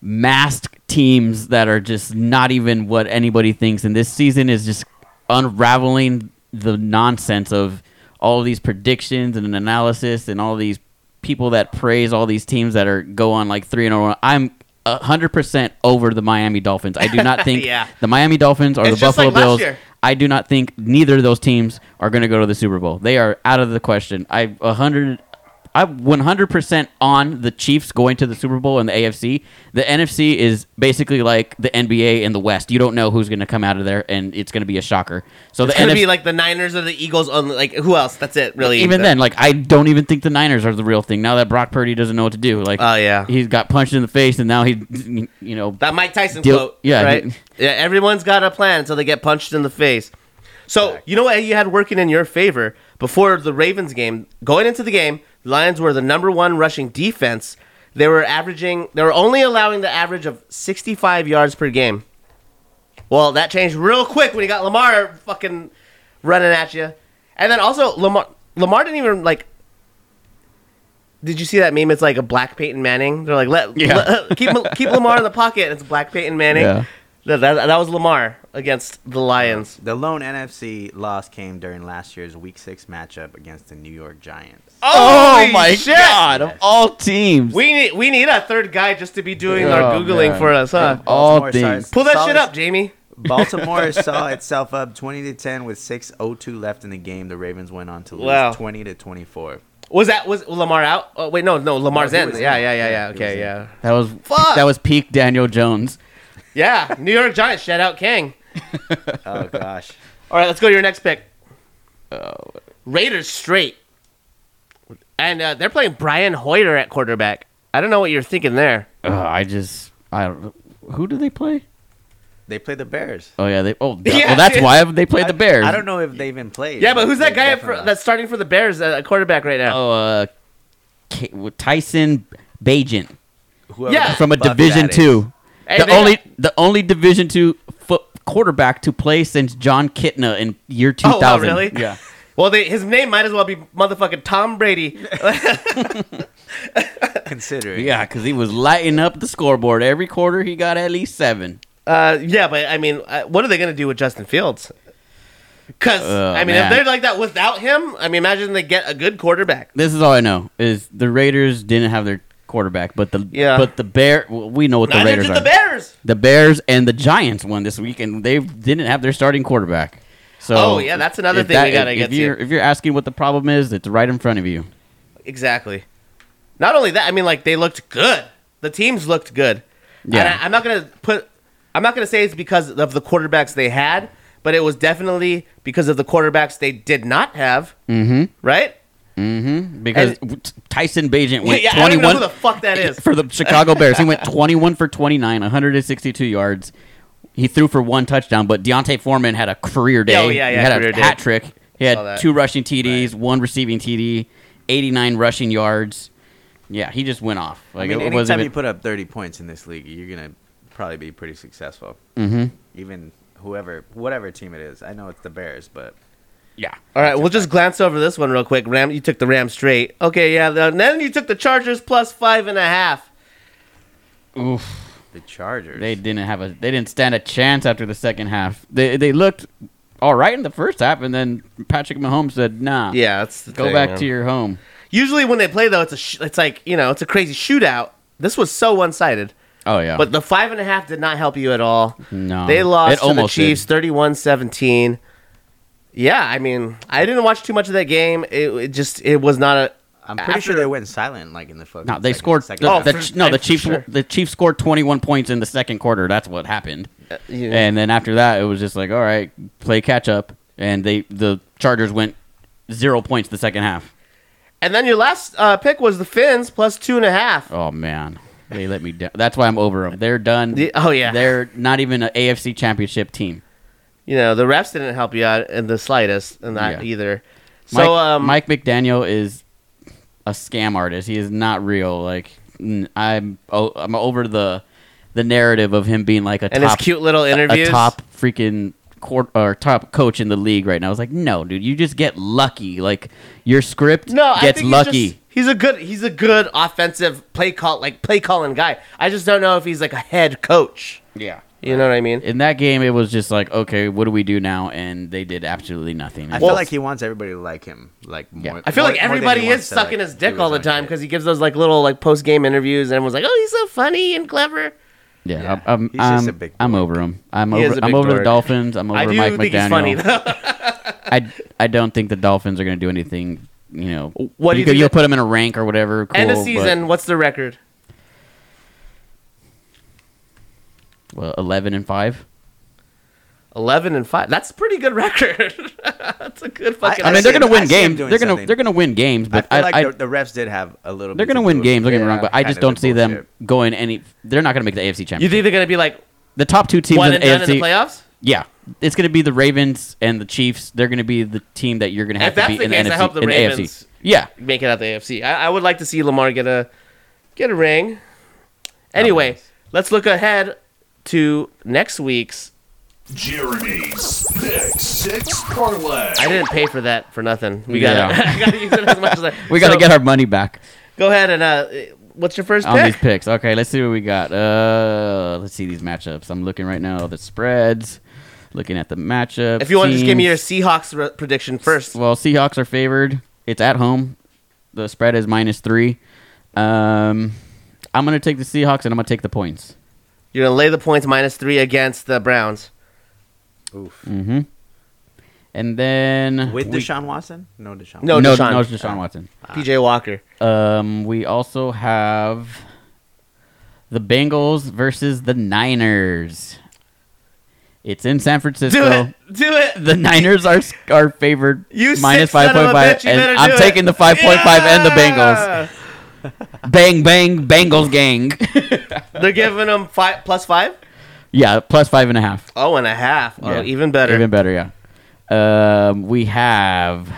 S3: masked teams that are just not even what anybody thinks, and this season is just unraveling the nonsense of all these predictions and analysis and all these people that praise all these teams that are go on like three and oh one. I'm hundred percent over the Miami Dolphins. I do
S2: <laughs>
S3: not think
S2: Yeah.
S3: the Miami Dolphins or
S2: It's
S3: the
S2: just
S3: Buffalo
S2: like last
S3: Bills.
S2: year.
S3: I do not think neither of those teams are going to go to the Super Bowl. They are out of the question. I 100 I'm 100% on the Chiefs going to the Super Bowl in the AFC. The NFC is basically like the NBA in the West. You don't know who's going to come out of there and it's going to be a shocker. So
S2: It's
S3: the
S2: gonna
S3: NFC
S2: be like the Niners or the Eagles. On like who else? That's it. Really.
S3: even
S2: The-
S3: then, like I don't even think the Niners are the real thing. Now that Brock Purdy doesn't know what to do, like
S2: Oh, yeah.
S3: he's got punched in the face, and now he, <laughs> you know,
S2: That Mike Tyson
S3: Deal-
S2: quote.
S3: yeah,
S2: Right?
S3: he-
S2: yeah. Everyone's got a plan until they get punched in the face. So, you know what you had working in your favor before the Ravens game? Going into the game, the Lions were the number one rushing defense. They were averaging, they were only allowing the average of 65 yards per game. Well, that changed real quick when you got Lamar fucking running at you. And then also, Lamar, Lamar didn't even like. Did you see that meme? It's like a black Peyton Manning. They're like, let,
S3: Yeah.
S2: let- <laughs> keep keep Lamar in the pocket. and It's black Peyton Manning.
S3: Yeah.
S2: That, that, that was Lamar against the Lions.
S4: The lone NFC loss came during last year's Week Six matchup against the New York Giants.
S3: oh
S2: Holy
S3: my
S2: shit!
S3: god, of all teams,
S2: We need we need a third guy just to be doing
S3: Oh,
S2: our googling
S3: man.
S2: for us, huh?
S3: Of all
S4: Baltimore
S3: things.
S4: size-
S2: Pull that shit
S4: solid-
S2: up, Jamie.
S4: <laughs> Baltimore saw itself up 20 to 10 with 6:02 left in the game. The Ravens went on to lose
S2: Wow.
S4: 20 to 24.
S2: Was that was Lamar out? Oh, wait, no, no, Lamar's
S4: he
S2: in.
S4: was
S2: Yeah,
S4: in.
S2: yeah, yeah,
S4: Yeah,
S2: yeah.
S4: he was
S2: Okay,
S4: in.
S2: yeah,
S3: That was
S2: Fuck.
S3: that was peak Daniel Jones.
S2: yeah. New York Giants, shout out King.
S4: Oh <laughs> gosh.
S2: All right, let's go to your next pick. Uh, Raiders straight, and uh, they're playing Brian Hoyer at quarterback. I don't know what you're thinking there.
S3: Ugh, Uh, I just I don't. Who do they play?
S4: They played the Bears.
S3: Oh yeah, they. Oh, duh.
S2: <laughs> Yeah,
S3: well, that's
S2: dude.
S3: why they played the Bears.
S4: I don't know if they even played.
S2: Yeah, but who's that
S4: They
S2: guy
S4: definitely
S2: for, that's starting for the Bears at uh, quarterback right now?
S3: Oh, uh, K- Tyson Bajent
S4: lost. Whoever
S2: yeah.
S4: the
S3: from a
S4: fuck
S3: Division
S4: that is.
S3: Two.
S2: Hey,
S3: the
S2: they-
S3: only the only Division Two foot quarterback to play since John Kitna in year two
S2: Oh, wow,
S3: thousand.
S2: really?
S3: Yeah.
S2: Well, they, his name might as well be motherfucking Tom Brady.
S3: <laughs> <laughs>
S4: Considering.
S3: Yeah, because he was lighting up the scoreboard every quarter. He got at least seven.
S2: Uh, yeah, but I mean, uh, what are they gonna do with Justin Fields? Because
S3: Oh,
S2: I mean,
S3: man.
S2: if they're like that without him, I mean, imagine they get a good quarterback.
S3: This is all I know is the Raiders didn't have their quarterback, but the
S2: Yeah.
S3: but the Bear. well, We know what the
S2: Neither
S3: Raiders
S2: did
S3: are.
S2: the Bears.
S3: the Bears and the Giants won this week, and they didn't have their starting quarterback. So,
S2: Oh, yeah, that's another
S3: if
S2: thing we gotta
S3: if,
S2: get
S3: if you're, If you're asking what the problem is, it's right in front of you.
S2: Exactly. Not only that, I mean, like they looked good. The teams looked good.
S3: Yeah.
S2: And I, I'm not gonna put. I'm not gonna say it's because of the quarterbacks they had, but it was definitely because of the quarterbacks they did not have. Mm-hmm. Right.
S3: Because Tyson Bajent
S2: <laughs>
S3: went
S2: yeah, I don't even
S3: 21
S2: know who the fuck that is. <laughs>
S3: <laughs> for the Chicago Bears. He went 21 for 29, 162 yards. He threw for one touchdown, but Deontay Foreman had a career day.
S2: Oh, yeah, yeah,
S3: he had
S2: career
S3: a
S2: day.
S3: hat trick. He
S2: Saw that.
S3: had two rushing TDs, one receiving TD, 89 rushing yards. Yeah, he just went off.
S4: I
S3: Like
S4: mean,
S3: it, it
S4: anytime
S3: wasn't.
S4: you
S3: even-
S4: put up 30 points in this league, you're gonna probably be pretty successful.
S3: Mm-hmm.
S4: Even whoever, whatever team it is. I know it's the Bears, but
S3: yeah,
S2: All right, we'll just glance over this one real quick. Ram, you took the Ram straight. Okay, yeah. the- Then you took the Chargers plus five and a half.
S4: the Chargers.
S3: They didn't have a. They didn't stand a chance after the second half. They they looked all right in the first half, and then Patrick Mahomes said, "Nah,
S2: Yeah, that's the
S3: go
S2: thing,
S3: back
S2: man.
S3: to your home."
S2: Usually when they play though, it's a sh- it's like you know it's a crazy shootout. This was so one sided.
S3: Oh yeah,
S2: But the five and a half did not help you at all.
S3: No.
S2: They lost
S3: It
S2: to
S3: almost
S2: the Chiefs 31 17. Yeah, I mean, I didn't watch too much of that game. It, it just, it was not a.
S4: I'm pretty
S2: after-
S4: sure they went silent like in the fucking.
S3: no, they
S4: second-
S3: scored.
S4: second
S3: the,
S4: half.
S3: the,
S2: Oh, for-
S3: no, the
S2: for
S3: Chiefs.
S2: sure.
S3: The Chiefs scored 21 points in the second quarter. That's what happened.
S2: uh, you know.
S3: And then after that, it was just like, all right, play catch up. And they the Chargers went zero points the second half.
S2: And then your last uh, pick was the Finns plus two and a half.
S3: Oh man, they let me down. That's why I'm over them. They're done.
S2: The- oh, yeah.
S3: they're not even an AFC Championship team.
S2: You know, the refs didn't help you out in the slightest in that
S3: Yeah.
S2: either.
S3: Mike,
S2: So, um,
S3: Mike McDaniel is a scam artist. He is not real. Like n- I'm, oh, I'm over the the narrative of him being like a
S2: and
S3: top,
S2: his cute little
S3: a
S2: interviews.
S3: top freaking court or top coach in the league right now. I was like, no, dude, you just get lucky. Like your script
S2: no, I
S3: gets
S2: think
S3: lucky.
S2: He's, just- he's a good. He's a good offensive play call, like play calling guy. I just don't know if he's like a head coach.
S3: yeah.
S2: You know what I mean?
S3: In that game, it was just like, okay, what do we do now? And they did absolutely nothing. Well,
S4: I feel like he wants everybody to like him. Like more.
S2: I feel
S4: more-
S2: like
S4: more than
S2: everybody
S4: he
S2: is
S4: wants to, like,
S2: sucking his
S4: do
S2: dick all the
S4: own
S2: time
S4: shit.
S2: because he gives those like little like post game interviews, and everyone's like, "Oh, he's so funny and clever."
S3: yeah,
S4: yeah,
S3: I'm,
S4: he's
S3: I'm,
S4: just a
S3: I'm,
S4: big
S3: I'm over him. I'm
S2: He is
S3: over.
S2: a
S3: I'm
S2: big
S3: over the
S2: dork.
S3: Dolphins. I'm over
S2: I do
S3: Mike
S2: think
S3: McDaniel.
S2: he's funny though.
S3: I, I don't think the Dolphins are going to do anything. You know,
S2: What do
S3: you
S2: you
S3: could,
S2: think
S3: you'll
S2: it-
S3: put them in a rank or whatever. Cool,
S2: End of
S3: but-
S2: season. What's the record?
S3: well, eleven and five.
S2: Eleven and five. That's a pretty good record. <laughs> That's a good fucking.
S4: I
S3: I, mean,
S4: see
S3: they're
S4: him-
S3: going to
S4: I
S3: win
S4: see him
S3: games.
S4: doing
S3: They're going to
S4: something.
S3: they're going to win games,
S4: I
S3: but
S4: feel
S3: I,
S4: like
S3: I,
S4: the, the refs did have a little.
S3: they're
S4: going to
S3: win games. Don't get me wrong, but I just don't see them
S4: uh, bullshit.
S3: going any. They're not going to make the AFC championship.
S2: you think they're gonna be like
S3: the top two teams
S2: one
S3: in
S2: and
S3: the
S2: done in
S3: AFC?
S2: the playoffs?
S3: Yeah, it's going to be the Ravens and the Chiefs. They're going to be the team that you're going to have
S2: If
S3: to
S2: that's
S3: beat
S2: the
S3: in
S2: case,
S3: the
S2: I
S3: NFC,
S2: hope the
S3: in the
S2: Ravens-
S3: AFC. Yeah,
S2: Make it out the AFC. I, I would like to see Lamar get a get a ring. Anyway, let's look ahead to next week's.
S1: Jeremy's Pick Six Parlay.
S2: I didn't pay for that for nothing. We gotta,
S3: Yeah.
S2: <laughs> I gotta use it as much as I.
S3: <laughs> we got to
S2: So,
S3: get our money back
S2: Go ahead and uh, what's your first
S3: on
S2: pick?
S3: these picks. Okay, let's see what we got. Uh, let's see these matchups. I'm looking right now the spreads, looking at the matchups.
S2: If you want to just give me your
S3: teams.
S2: Seahawks re- prediction first.
S3: well, Seahawks are favored. It's at home. The spread is minus three. Um, I'm going to take the Seahawks and I'm going to take the points.
S2: You're gonna lay the points minus three against the Browns.
S4: Oof.
S3: Mm-hmm. And then
S4: With
S3: we-
S4: Deshaun Watson? No Deshaun.
S2: No,
S3: no,
S2: Deshaun.
S3: no, Deshaun Watson.
S2: PJ Walker.
S3: Um, we also have the Bengals versus the Niners. It's in San
S2: Do
S3: Francisco.
S2: it. Do it. <laughs>
S3: The Niners are are favored
S2: You
S3: minus
S2: sick son of a
S3: 5.5,
S2: bitch, you better
S3: and I'm
S2: do it.
S3: taking the five point five and the Bengals.
S2: Yeah.
S3: Bang bang Bengals
S2: <laughs>
S3: gang.
S2: They're giving them five plus five.
S3: yeah, plus five and a half.
S2: Oh, and a half. Oh,
S3: Yeah.
S2: even better.
S3: Even better, yeah. Um, we have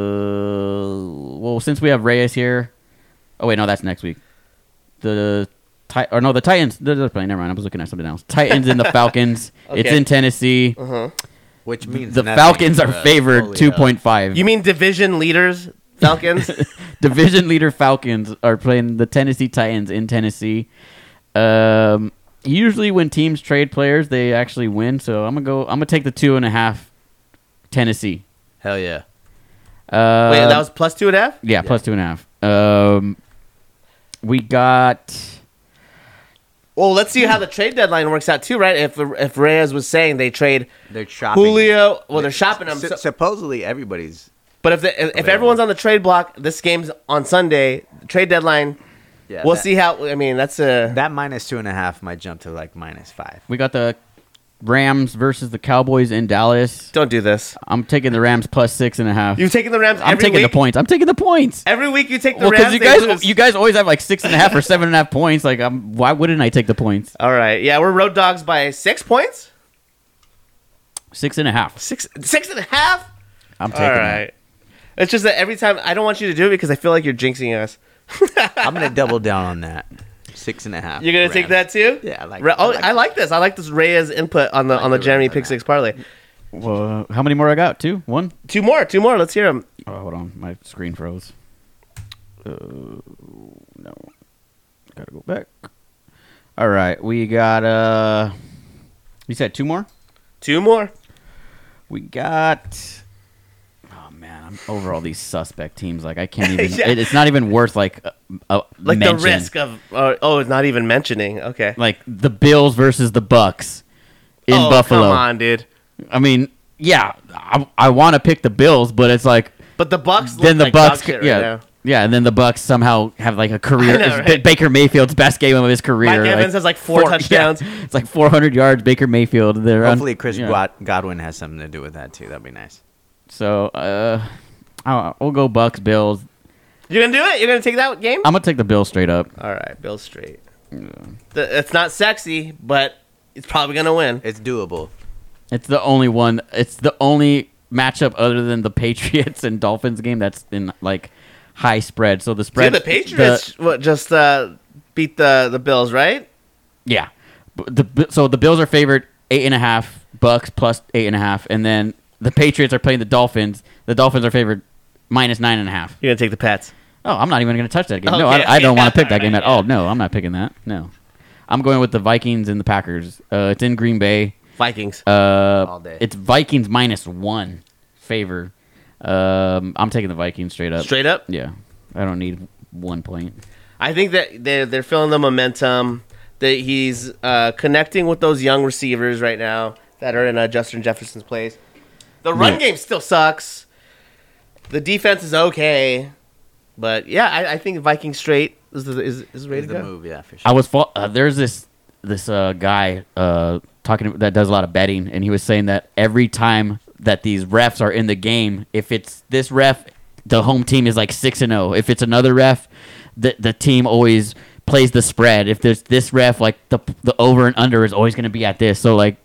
S3: the well since we have Reyes here. Oh wait, no, that's next week. The Ti- or no, the Titans. They're, they're playing. Never mind. I was looking at something else.
S2: <laughs>
S3: Titans and the Falcons. It's
S2: Okay. Uh-huh.
S3: in Tennessee.
S4: Which means
S3: The
S4: nothing,
S3: Falcons are
S4: bro.
S3: favored
S4: Holy
S3: two
S4: hell.
S3: point five.
S2: You mean division leaders,
S3: <laughs>
S2: Falcons?
S3: Uh, Division leader Falcons are playing the Tennessee Titans in Tennessee. Um, usually, when teams trade players, they actually win. So I'm gonna go. I'm gonna take the two and a half. Tennessee.
S4: Hell yeah.
S3: Uh,
S2: Wait, that was plus two and a half.
S3: yeah, plus two and a half. Um, we got
S2: Well, let's see how the trade deadline works out too, right? If if Reyes was saying they trade
S4: They're shopping.
S2: Julio, well, they're shopping him.
S4: Su-
S2: so-
S4: supposedly everybody's.
S2: but if the, if- if
S4: Available.
S2: everyone's on the trade block, this game's on Sunday. Trade deadline.
S4: Yeah,
S2: We'll
S4: that-
S2: see how. I mean, that's a
S4: That minus two and a half might jump to like minus five.
S3: we got the Rams versus the Cowboys in Dallas.
S2: don't do this.
S3: I'm taking the Rams plus six and a half.
S2: You've taken the Rams.
S3: I'm
S2: every
S3: taking
S2: week.
S3: the points. I'm taking the points.
S2: Every week you take the
S3: Well,
S2: Rams.
S3: because you
S2: they
S3: guys,
S2: lose.
S3: you guys always have like six and a half or seven and a half points. Like, I'm, why wouldn't I take the points?
S2: All right, yeah, we're road dogs by six points.
S3: Six and a half.
S2: Six, six and a half.
S3: I'm taking
S2: All
S3: that.
S2: right. It's just that every time I don't want you to do it because I feel like you're jinxing us.
S4: I'm gonna double down on that. Six and a half.
S2: You're gonna take that
S4: Rams.
S2: too?
S4: Yeah, I like-
S2: Re-
S4: I
S2: oh,
S4: like
S2: I like this. I like this Reyes input on the on the
S4: the
S2: Jeremy
S4: Reyes on
S2: Pick
S4: that.
S2: Six parlay.
S3: Well, uh, how many more I got? Two? One?
S2: Two more, two more. Let's hear them.
S3: Oh, hold on. My screen froze. Uh, no. Gotta go back. All right. We got, uh, you said two more?
S2: Two more.
S3: We got. Oh man, I'm over all these suspect teams. Like
S2: <laughs>
S3: I can't even.
S2: Yeah.
S3: it, it's not even worth like a, a
S2: Like the
S3: mention.
S2: risk of uh, oh, it's not even mentioning. Okay.
S3: Like the Bills versus the Bucks in
S2: oh,
S3: Buffalo.
S2: Come on, dude.
S3: I mean, yeah, I, I want to pick the Bills, but it's like
S2: But the Bucks.
S3: Then
S2: look
S3: the
S2: like
S3: Bucks
S2: dog
S3: ca-
S2: shit
S3: yeah.
S2: Right now.
S3: Yeah, and then the Bucks somehow have like a
S2: <laughs>
S3: career.
S2: I know,
S3: it's
S2: right?
S3: Ba- Baker Mayfield's best game of his career.
S2: Mike Evans has, like, four <laughs> touchdowns.
S3: <laughs> yeah. it's like 400 yards. Baker Mayfield. They're un-
S4: Hopefully, Chris
S3: yeah.
S4: Gwa- Godwin has something to do with that too. That'd be nice.
S3: So uh, I'll, we'll go Bucks Bills.
S2: You're gonna do it. You're gonna take that game.
S3: I'm gonna take the Bills straight up.
S2: All right, Bill Straight. Th- It's not sexy, but it's probably gonna win.
S4: It's doable.
S3: It's the only one. It's the only matchup other than the <laughs> Patriots and Dolphins game that's in like high spread. So the
S2: Dude,
S3: spread.
S2: the Patriots what, just uh, beat the the Bills, right?
S3: Yeah. B- The, B- so the Bills are favored eight and a half bucks plus eight and a half, and then the Patriots are playing the Dolphins. The Dolphins are favored minus nine and a half.
S2: You're gonna take the Pats.
S3: Oh, I'm not even going to touch that game. no,
S2: Okay,
S3: I, I don't
S2: okay.
S3: <laughs> want to pick that game at all. No, I'm not picking that. No, I'm going with the Vikings and the Packers. Uh, it's in Green Bay.
S2: Vikings.
S3: Uh,
S4: All day.
S3: It's Vikings minus one favor. Um, I'm taking the Vikings straight up.
S2: Straight up.
S3: Yeah, I don't need one point.
S2: I think that they're they're feeling the momentum. That he's uh, connecting with those young receivers right now that are in uh, Justin Jefferson's place. The run
S3: Yeah.
S2: game still sucks. The defense is okay, but yeah, I, I think Viking straight is the, is is the way
S4: It's
S2: to
S4: the
S2: go.
S4: move, yeah, for sure.
S3: I was fo- uh, there's this this uh, guy uh, talking that does a lot of betting, and he was saying that every time that these refs are in the game, if it's this ref, the home team is like six and zero. If it's another ref, the the team always plays the spread. If there's this ref, like the the over and under is always going to be at this. So like.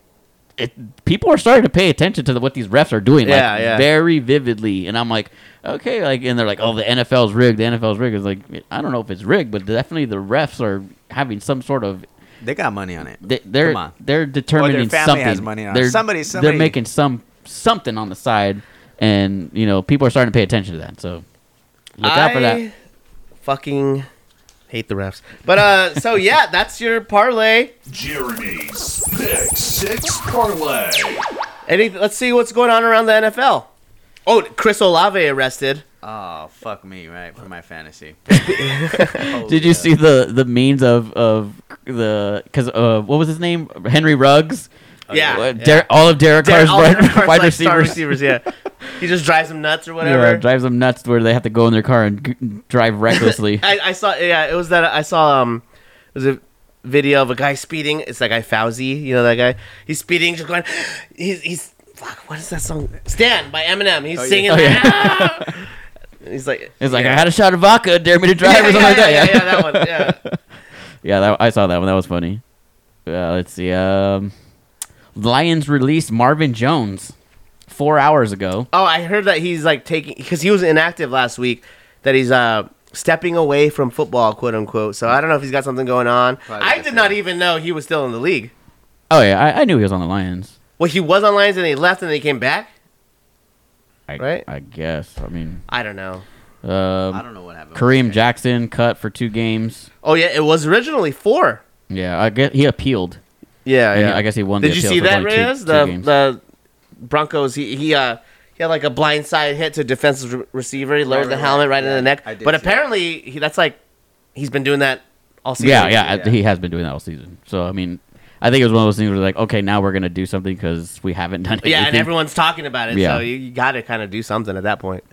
S3: It, people are starting to pay attention to the, what these refs are doing, like
S2: Yeah, yeah.
S3: very vividly, and I'm like, okay, like, and they're like, oh, the NFL's rigged. The NFL's rigged. It's like, I don't know if it's rigged, but definitely the refs are having some sort of
S4: They got money on it.
S3: they, they're
S4: Come on.
S3: they're determining
S4: family
S3: something.
S4: has money on it.
S3: they're,
S4: Somebody- somebody-
S3: they're making some something on the side, and you know people are starting to pay attention to that. So look out for
S2: I
S3: that.
S2: Fucking hate the refs. But uh,
S3: <laughs>
S2: so yeah, that's your parlay.
S1: Jeremy's Pick Six Parlay.
S2: Any, let's see what's going on around the NFL. Oh, Chris Olave arrested.
S4: Oh fuck me, right for
S3: <laughs>
S4: my fantasy.
S3: Did you see the the memes of of the because uh, what was his name Henry Ruggs?
S2: yeah,
S3: Uh,
S2: yeah.
S3: Der- all of Derek
S2: Derek-
S3: Carr's
S2: all
S3: wide,
S2: <laughs> Derek Carr's,
S3: wide
S2: like, star
S3: receivers.
S2: receivers. Yeah, he just drives them nuts or whatever.
S3: Yeah, drives them nuts where they have to go in their car and g-
S2: <laughs>
S3: drive recklessly.
S2: I, I saw. Yeah, it was that I saw. Um, it was a video of a guy speeding. It's that guy Fauzi. You know that guy. He's speeding, just going. <gasps> He's he's. Fuck, what is that song? Stand by Eminem. He's
S4: yeah.
S2: singing.
S3: Oh,
S2: that. <laughs> he's like.
S3: It's like
S2: yeah.
S3: I had a shot of vodka, dare me to drive, or something like that.
S2: yeah, yeah, that one. Yeah.
S3: <laughs> Yeah, that, I saw that one. That was funny. Uh, let's see. Um, Lions released Marvin Jones four hours ago.
S2: Oh, I heard that he's like taking because he was inactive last week. That he's uh stepping away from football, quote unquote. So I don't know if he's got something going on.
S4: Probably
S2: I
S4: got
S2: did not even know he was still in the league.
S3: Oh yeah, I, I knew he was on the Lions.
S2: Well, he was on Lions and he left and then he came back.
S3: I,
S2: Right.
S3: I guess. I mean,
S2: I don't know.
S4: I
S3: um,
S4: don't know what happened.
S3: Kareem Jackson cut for two games.
S2: Oh yeah, it was originally four.
S3: Yeah, I guess he appealed.
S2: Yeah,
S3: And he-
S2: Oh, yeah.
S3: I guess he won.
S2: Did
S3: the
S2: you
S3: appeal,
S2: see
S3: so it's
S2: that
S3: only two-
S2: Reyes?
S3: two
S2: the
S3: games.
S2: the Broncos. He he uh he had like a blindside hit to a defensive re- receiver. He lowered
S4: right,
S2: the
S4: right.
S2: helmet right in
S4: Yeah,
S2: the neck.
S4: I did
S2: But
S4: see that.
S2: apparently he, that's like he's been doing that all season.
S3: yeah, yeah,
S4: yeah.
S3: He has been doing that all season. So I mean, I think it was one of those things where like, okay, now we're gonna do something because we haven't <laughs> done it.
S2: Yeah, and everyone's talking about it,
S3: Yeah.
S2: so you, you got to kind of do something at that point.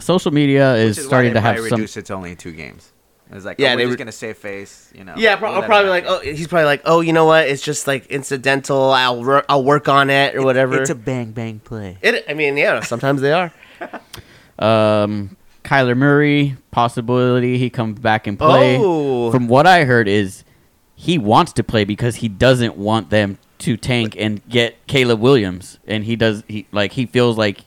S3: social media is,
S4: Which is why
S3: starting
S4: they
S3: to have
S4: probably
S3: some.
S4: reduce it to only two games. It's like,
S2: Yeah,
S4: yeah, oh,
S2: they
S4: we're
S2: re-
S4: just gonna save face, you know.
S2: Yeah, pro-
S4: we'll let
S2: I'll
S4: it
S2: probably like, oh,
S4: happen.
S2: he's probably like, oh, you know what? It's just like incidental. I'll wor- I'll work on it or whatever.
S4: it's a bang bang play.
S2: It, I mean, yeah, sometimes they are.
S3: Um, Kyler Murray, possibility he comes back and play.
S2: Oh.
S3: From what I heard is he wants to play because he doesn't want them to tank and get Caleb Williams, and he does he like he feels like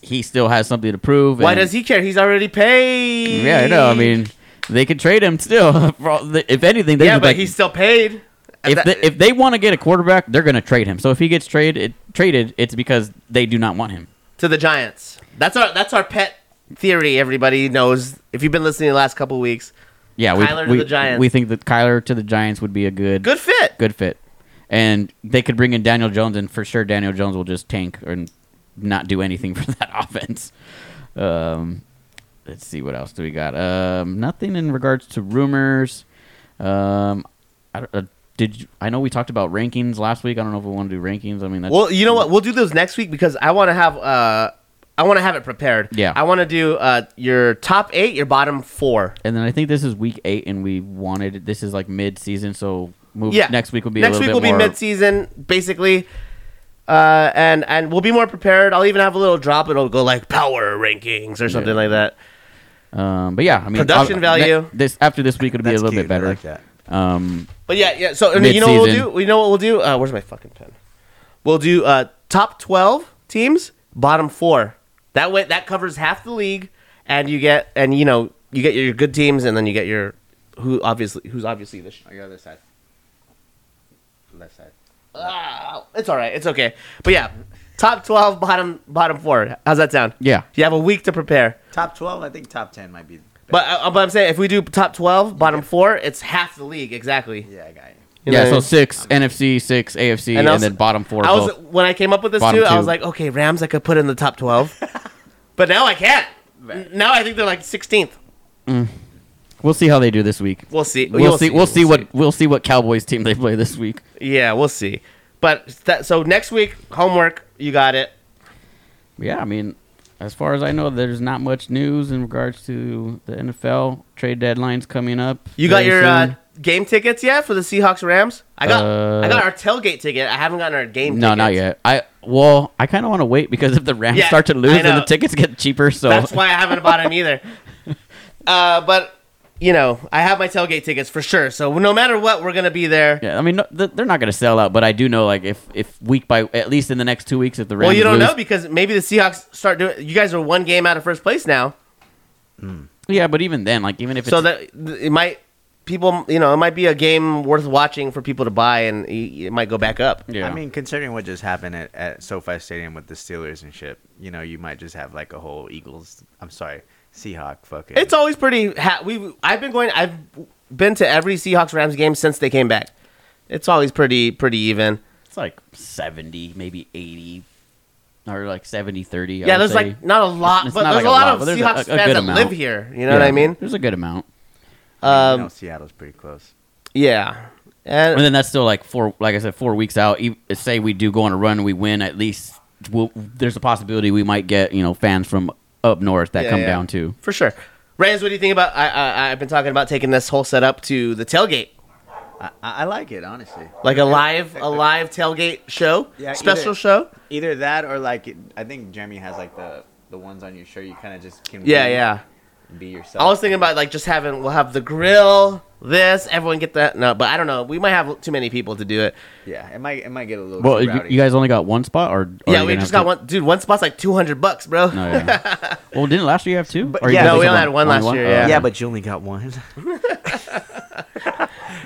S3: he still has something to prove.
S2: Why
S3: and-
S2: does he care? He's already paid.
S3: Yeah, I know. I mean, they could trade him still. <laughs> For all the- if anything, they
S2: yeah,
S3: would,
S2: but
S3: like,
S2: he's still paid.
S3: if
S2: that-
S3: they, if they want to get a quarterback, they're gonna trade him. So if he gets traded, traded, it's because they do not want him.
S2: to the Giants. That's our that's our pet theory. Everybody knows. If you've been listening the last couple weeks,
S3: Yeah,
S2: Kyler
S3: we,
S2: to
S3: we,
S2: the Giants.
S3: We think that Kyler to the Giants would be a good
S2: good fit.
S3: good fit. And they could bring in Daniel Jones, and for sure Daniel Jones will just tank and not do anything <laughs> for that offense. Um, let's see what else do we got. Um, nothing in regards to rumors. Um, I, don't- uh, did you, I know we talked about rankings last week? I don't know if we want to do rankings. I mean, that's,
S2: Well, you know what? We'll do those next week because I want to have uh, I want to have it prepared.
S3: Yeah.
S2: I want to do uh, your top eight, your bottom four.
S3: And then I think this is week eight, and we wanted this is like mid season, so move,
S2: Yeah.
S3: next week will be
S2: Next
S3: a
S2: week
S3: little
S2: will
S3: bit
S2: be
S3: more.
S2: mid-season, basically, uh, and and we'll be more prepared. I'll even have a little drop. It'll go like power rankings or something
S3: Yeah.
S2: like that.
S3: um, but yeah, I mean
S2: Production
S3: I'll-
S2: value.
S3: ne- this after this week it'll be a
S4: That's
S3: little
S4: cute.
S3: bit better.
S4: I like that.
S3: that. Um,
S2: But yeah, yeah. So and you know what we'll do?
S3: Mid-season.
S2: We know what we'll do. Uh, where's my fucking pen? We'll do uh, top twelve teams, bottom four. That way, that covers half the league, and you get and you know you get your good teams, and then you get your who obviously who's obviously the. Sh-
S4: I got this side. Left side.
S2: Ah, it's all right. It's okay. But yeah, top twelve, bottom bottom four. How's that sound?
S3: yeah,
S2: You have a week to prepare.
S4: Top twelve, I think top ten might be. the best.
S2: But, uh, but I'm saying if we do top 12, bottom four, it's half the league exactly.
S4: yeah, I got you.
S2: You
S3: yeah.
S2: know?
S3: So six NFC, six AFC,
S2: And
S3: and,
S2: also-
S3: then bottom four.
S2: I was
S3: both.
S2: when I came up with this
S3: Bottom
S2: too, I
S3: two.
S2: was like, okay, Rams I could put in the top 12, but now I can't.
S4: Right.
S2: Now I think they're like 16th.
S3: We'll see how they do this week.
S2: We'll see.
S3: We'll,
S2: You'll
S3: see, We'll see what we'll see what Cowboys team they <laughs> play this week.
S2: Yeah, we'll see. But that, so next week homework, you got it.
S3: Yeah, I mean, as far as I know, there's not much news in regards to the NFL trade deadlines coming up.
S2: You got
S3: very
S2: your
S3: soon.
S2: uh, game tickets yet for the Seahawks Rams? I got I got
S3: Uh,
S2: our tailgate ticket. I haven't gotten our game.
S3: no, not
S2: tickets.
S3: yet. I well, I kind of want to wait because if the Rams
S2: Yeah,
S3: start to lose,
S2: I
S3: then the
S2: know.
S3: tickets get cheaper. So
S2: That's why I haven't bought them either. Uh, but you know, I have my tailgate tickets for sure. So no matter what, we're gonna be there.
S3: <laughs> yeah, I mean, no, th- they're not going to sell out, but I do know like if if week by at least in the next two weeks, if the Rams
S2: well, you don't
S3: lose,
S2: know because maybe the Seahawks start doing. You guys are one game out of first place now,
S3: yeah, but even then, like even if
S2: so
S3: it's,
S2: that it might people. You know, it might be a game worth watching for people to buy, and y- it might go back up.
S3: yeah,
S4: I mean, considering what just happened at, at SoFi Stadium with the Steelers and shit, you know, you might just have like a whole Eagles. I'm sorry, Seahawk. Fucking.
S2: It's always pretty. Ha- we I've been going. I've been to every Seahawks Rams game since they came back. It's always pretty pretty even.
S3: it's like seventy, maybe eighty, or like 70, 30.
S2: Yeah, there's like not a lot,
S3: It's
S2: but
S3: not
S2: there's
S3: like
S2: a
S3: a
S2: lot,
S3: lot,
S2: of
S3: but there's a-
S2: Seahawks
S3: a- a
S2: fans
S3: good
S2: that
S3: amount.
S2: live here. You know what I mean?
S3: There's a good amount.
S4: I mean, you
S2: um,
S4: know, Seattle's pretty close.
S2: Yeah, and
S3: And then that's still like four, like I said, four weeks out. E- Say we do go on a run, and we win. At least we'll, there's a possibility we might get you know fans from up north that
S2: Yeah,
S3: come
S2: yeah.
S3: down too.
S2: for sure. Rams, what do you think about? I, I I've been talking about taking this whole setup to the tailgate,
S4: I, I I like it honestly.
S2: like a live a live tailgate show,
S4: Yeah,
S2: special
S4: either-
S2: show.
S4: Either that or like it- I think Jeremy has like the the ones on your shirt. You kind of just can.
S2: Yeah,
S4: be-
S2: yeah.
S4: Be yourself.
S2: I was thinking about like just having we'll have the grill, this everyone get that. No, but I don't know. We might have too many people to do it.
S4: Yeah, it might it might get a little.
S3: Well,
S4: too
S3: you,
S4: rowdy.
S3: you guys only got one spot, or, or
S2: yeah,
S3: you
S2: we
S3: Oh, gonna
S2: just
S3: have
S2: got one dude. One spot's like two hundred bucks, bro.
S3: two? No,
S2: <laughs>
S3: yeah. well, didn't last year you have two?
S4: But-
S3: Or you
S4: yeah,
S3: guys
S4: no, we
S3: have
S2: only had one
S3: Only
S2: last year, yeah.
S3: Oh,
S4: Yeah, but you only got one. <laughs>
S2: <laughs>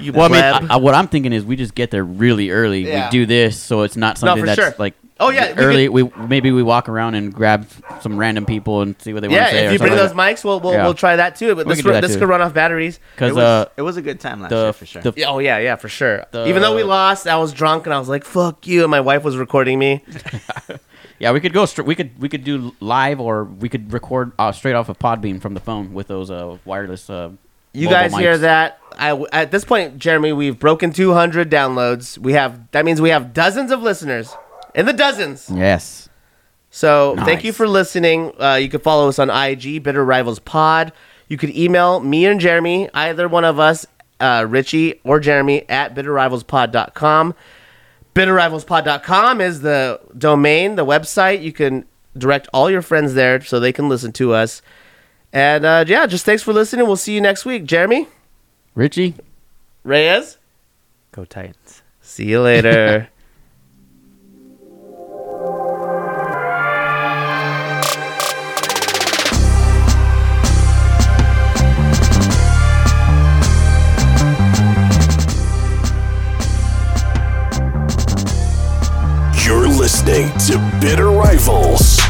S2: You
S3: well, I mean,
S2: pleb.
S3: I, I- what I'm thinking is we just get there really early.
S2: Yeah.
S3: We do this, so it's not something
S2: for
S3: that's
S2: sure.
S3: like.
S2: Oh, yeah, we
S3: early. We, maybe we walk around and grab some random people and see what they want
S2: yeah,
S3: to say.
S2: if
S3: or
S2: you bring
S3: something
S2: those
S3: like
S2: mics, we'll we'll,
S3: Yeah.
S2: we'll try that too. But
S3: We
S2: this
S3: can do that
S2: this
S3: too.
S2: could run off batteries.
S4: It
S3: because
S4: was,
S3: uh,
S4: it was a good time last
S3: the
S4: year for sure.
S3: the
S2: Yeah, oh yeah, yeah, for sure.
S3: The-
S2: Even though we lost, I was drunk and I was like, "Fuck you!" And my wife was recording me.
S3: Yeah, we could go. Str- we could we could do live, or we could record uh, straight off of Podbean from the phone with those uh, wireless. Uh,
S2: You
S3: mobile
S2: guys hear
S3: mics.
S2: that? I w at this point, Jeremy, we've broken 200 downloads. We have that means we have dozens of listeners, in the dozens.
S3: Yes.
S2: So thank you
S3: Nice.
S2: for listening. Uh, you can follow us on IG, Bitter Rivals Pod. You could email me and Jeremy, either one of us, uh, Richie or Jeremy, at bitterrivalspod.com. Bitterrivalspod.com is the domain, the website. You can direct all your friends there so they can listen to us. And uh, yeah, just thanks for listening. We'll see you next week. Jeremy,
S3: Richie.
S2: Reyes,
S4: Go Titans.
S2: see you later.
S1: You're listening to Bitter Rivals.